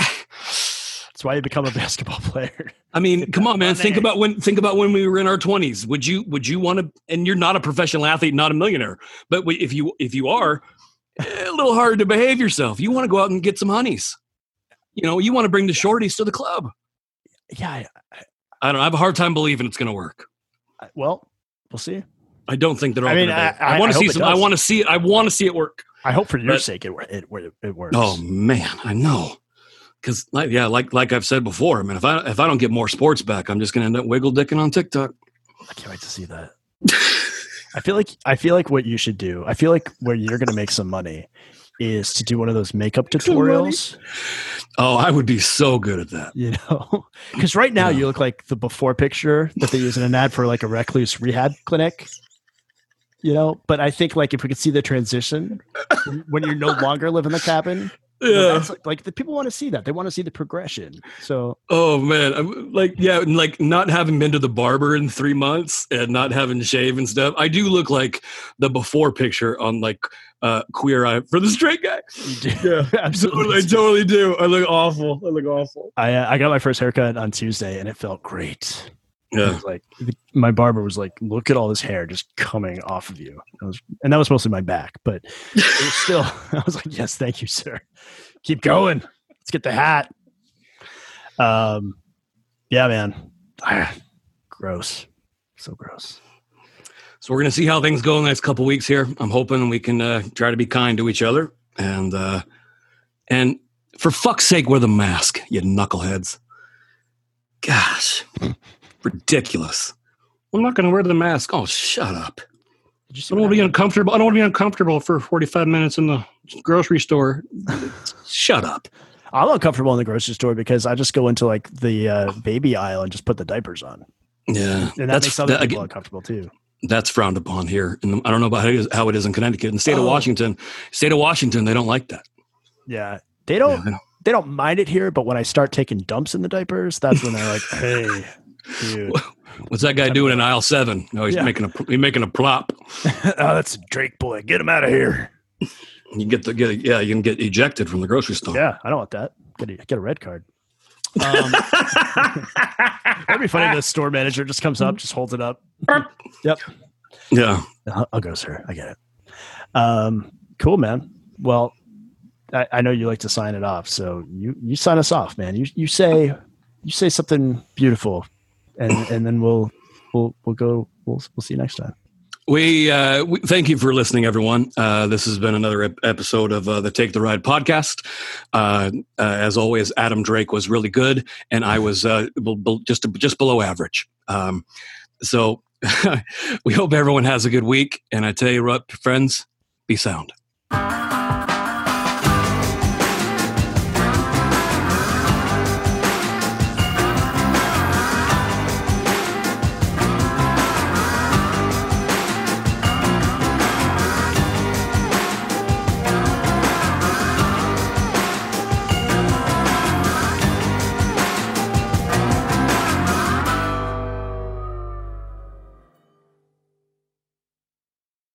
Speaker 4: That's why you become a basketball player.
Speaker 2: I mean,
Speaker 4: Get
Speaker 2: come
Speaker 4: that
Speaker 2: on, man. Think
Speaker 4: money.
Speaker 2: about when think about when we were in our twenties. Would you would you want to? And you're not a professional athlete, not a millionaire. But we- if you if you are, eh, a little harder to behave yourself. You want to go out and get some honeys. You know, you want to bring the shorties to the club.
Speaker 4: yeah. I-
Speaker 2: I don't. know. I have a hard time believing it's going to work.
Speaker 4: I- well, we'll see.
Speaker 2: I don't think they're all.
Speaker 4: I mean,
Speaker 2: gonna behave.
Speaker 4: I- I-
Speaker 2: want to
Speaker 4: I hope
Speaker 2: see
Speaker 4: it
Speaker 2: some. I
Speaker 4: does.
Speaker 2: want to see it. I want to see it work.
Speaker 4: I hope for your
Speaker 2: But-
Speaker 4: sake it wor- it wor- it works.
Speaker 2: Oh man, I know. Because like yeah, like like I've said before, I mean, if I if I don't get more sports back, I'm just gonna end up wiggle dicking on TikTok.
Speaker 4: I can't wait to see that. I feel like I feel like what you should do. I feel like where you're going to make some money is to do one of those makeup
Speaker 2: some money.
Speaker 4: tutorials.
Speaker 2: Oh, I would be so good at that.
Speaker 4: You know, because right now
Speaker 2: Yeah.
Speaker 4: you look like the before picture that they use in an ad for like a recluse rehab clinic. You know, but I think like if we could see the transition when you're no longer living the cabin, you know, that's, like, like the people want to see that. They want to see the progression. So
Speaker 2: Oh man, I'm, like yeah, and, like not having been to the barber in three months and not having shave and stuff, I do look like the before picture on like uh, Queer Eye for the Straight Guy. Yeah,
Speaker 4: absolutely.
Speaker 2: I totally do. I look awful. I look awful.
Speaker 4: I uh, I got my first haircut on Tuesday and it felt great. It
Speaker 2: Yeah,
Speaker 4: was like the, my barber was like, "Look at all this hair just coming off of you," I was, and that was mostly my back, but it was still, I was like, "Yes, thank you, sir. Keep going. Let's get the hat." Um, yeah, man. Ah, gross. So gross.
Speaker 2: so we're gonna see how things go in the next couple weeks here. I'm hoping we can uh, try to be kind to each other and uh, and for fuck's sake, wear the mask, you knuckleheads. Gosh, ridiculous. I'm not gonna wear the mask. Oh, shut up.
Speaker 4: Did you see
Speaker 2: I don't
Speaker 4: what
Speaker 2: want to be
Speaker 4: happened?
Speaker 2: uncomfortable. I don't want to be uncomfortable for 45 minutes in the grocery store. Shut up.
Speaker 4: I'm uncomfortable in the grocery store because I just go into like the uh, baby aisle and just put the diapers on,
Speaker 2: Yeah,
Speaker 4: and that
Speaker 2: that's
Speaker 4: makes other
Speaker 2: that-
Speaker 4: people
Speaker 2: again,
Speaker 4: uncomfortable too.
Speaker 2: that's frowned upon here, and I don't know about how it is, how it is in Connecticut. In the state of
Speaker 4: Oh.
Speaker 2: Washington, state of Washington, they don't like that.
Speaker 4: Yeah, they don't.
Speaker 2: Yeah,
Speaker 4: they don't mind it here, but when I start taking dumps in the diapers, that's when they're like, "Hey, dude, oh,
Speaker 2: What's that guy doing in aisle seven? No, he's
Speaker 4: Yeah.
Speaker 2: making a he's making a plop.
Speaker 4: Oh, that's a Drake boy. Get him out of here."
Speaker 2: You get the get, yeah, you can get ejected from the grocery store.
Speaker 4: Yeah, I don't want that. Get a, get a red card. Um, that'd be funny. if The store manager just comes up, just holds it up.
Speaker 2: Yeah.
Speaker 4: Uh-huh. I'll I'll go, sir. I get it. Um, cool, man. Well, I, I know you like to sign it off, so you you sign us off, man. You you say you say something beautiful, and and then we'll we'll we'll go we'll we'll see you next time.
Speaker 2: We, uh, we thank you for listening, everyone. Uh, this has been another ep- episode of uh, the Take the Ride podcast. Uh, uh, as always, Adam Drake was really good, and I was uh, bel- bel- just just below average. Um, so we hope everyone has a good week. And I tell you what, friends, be sound.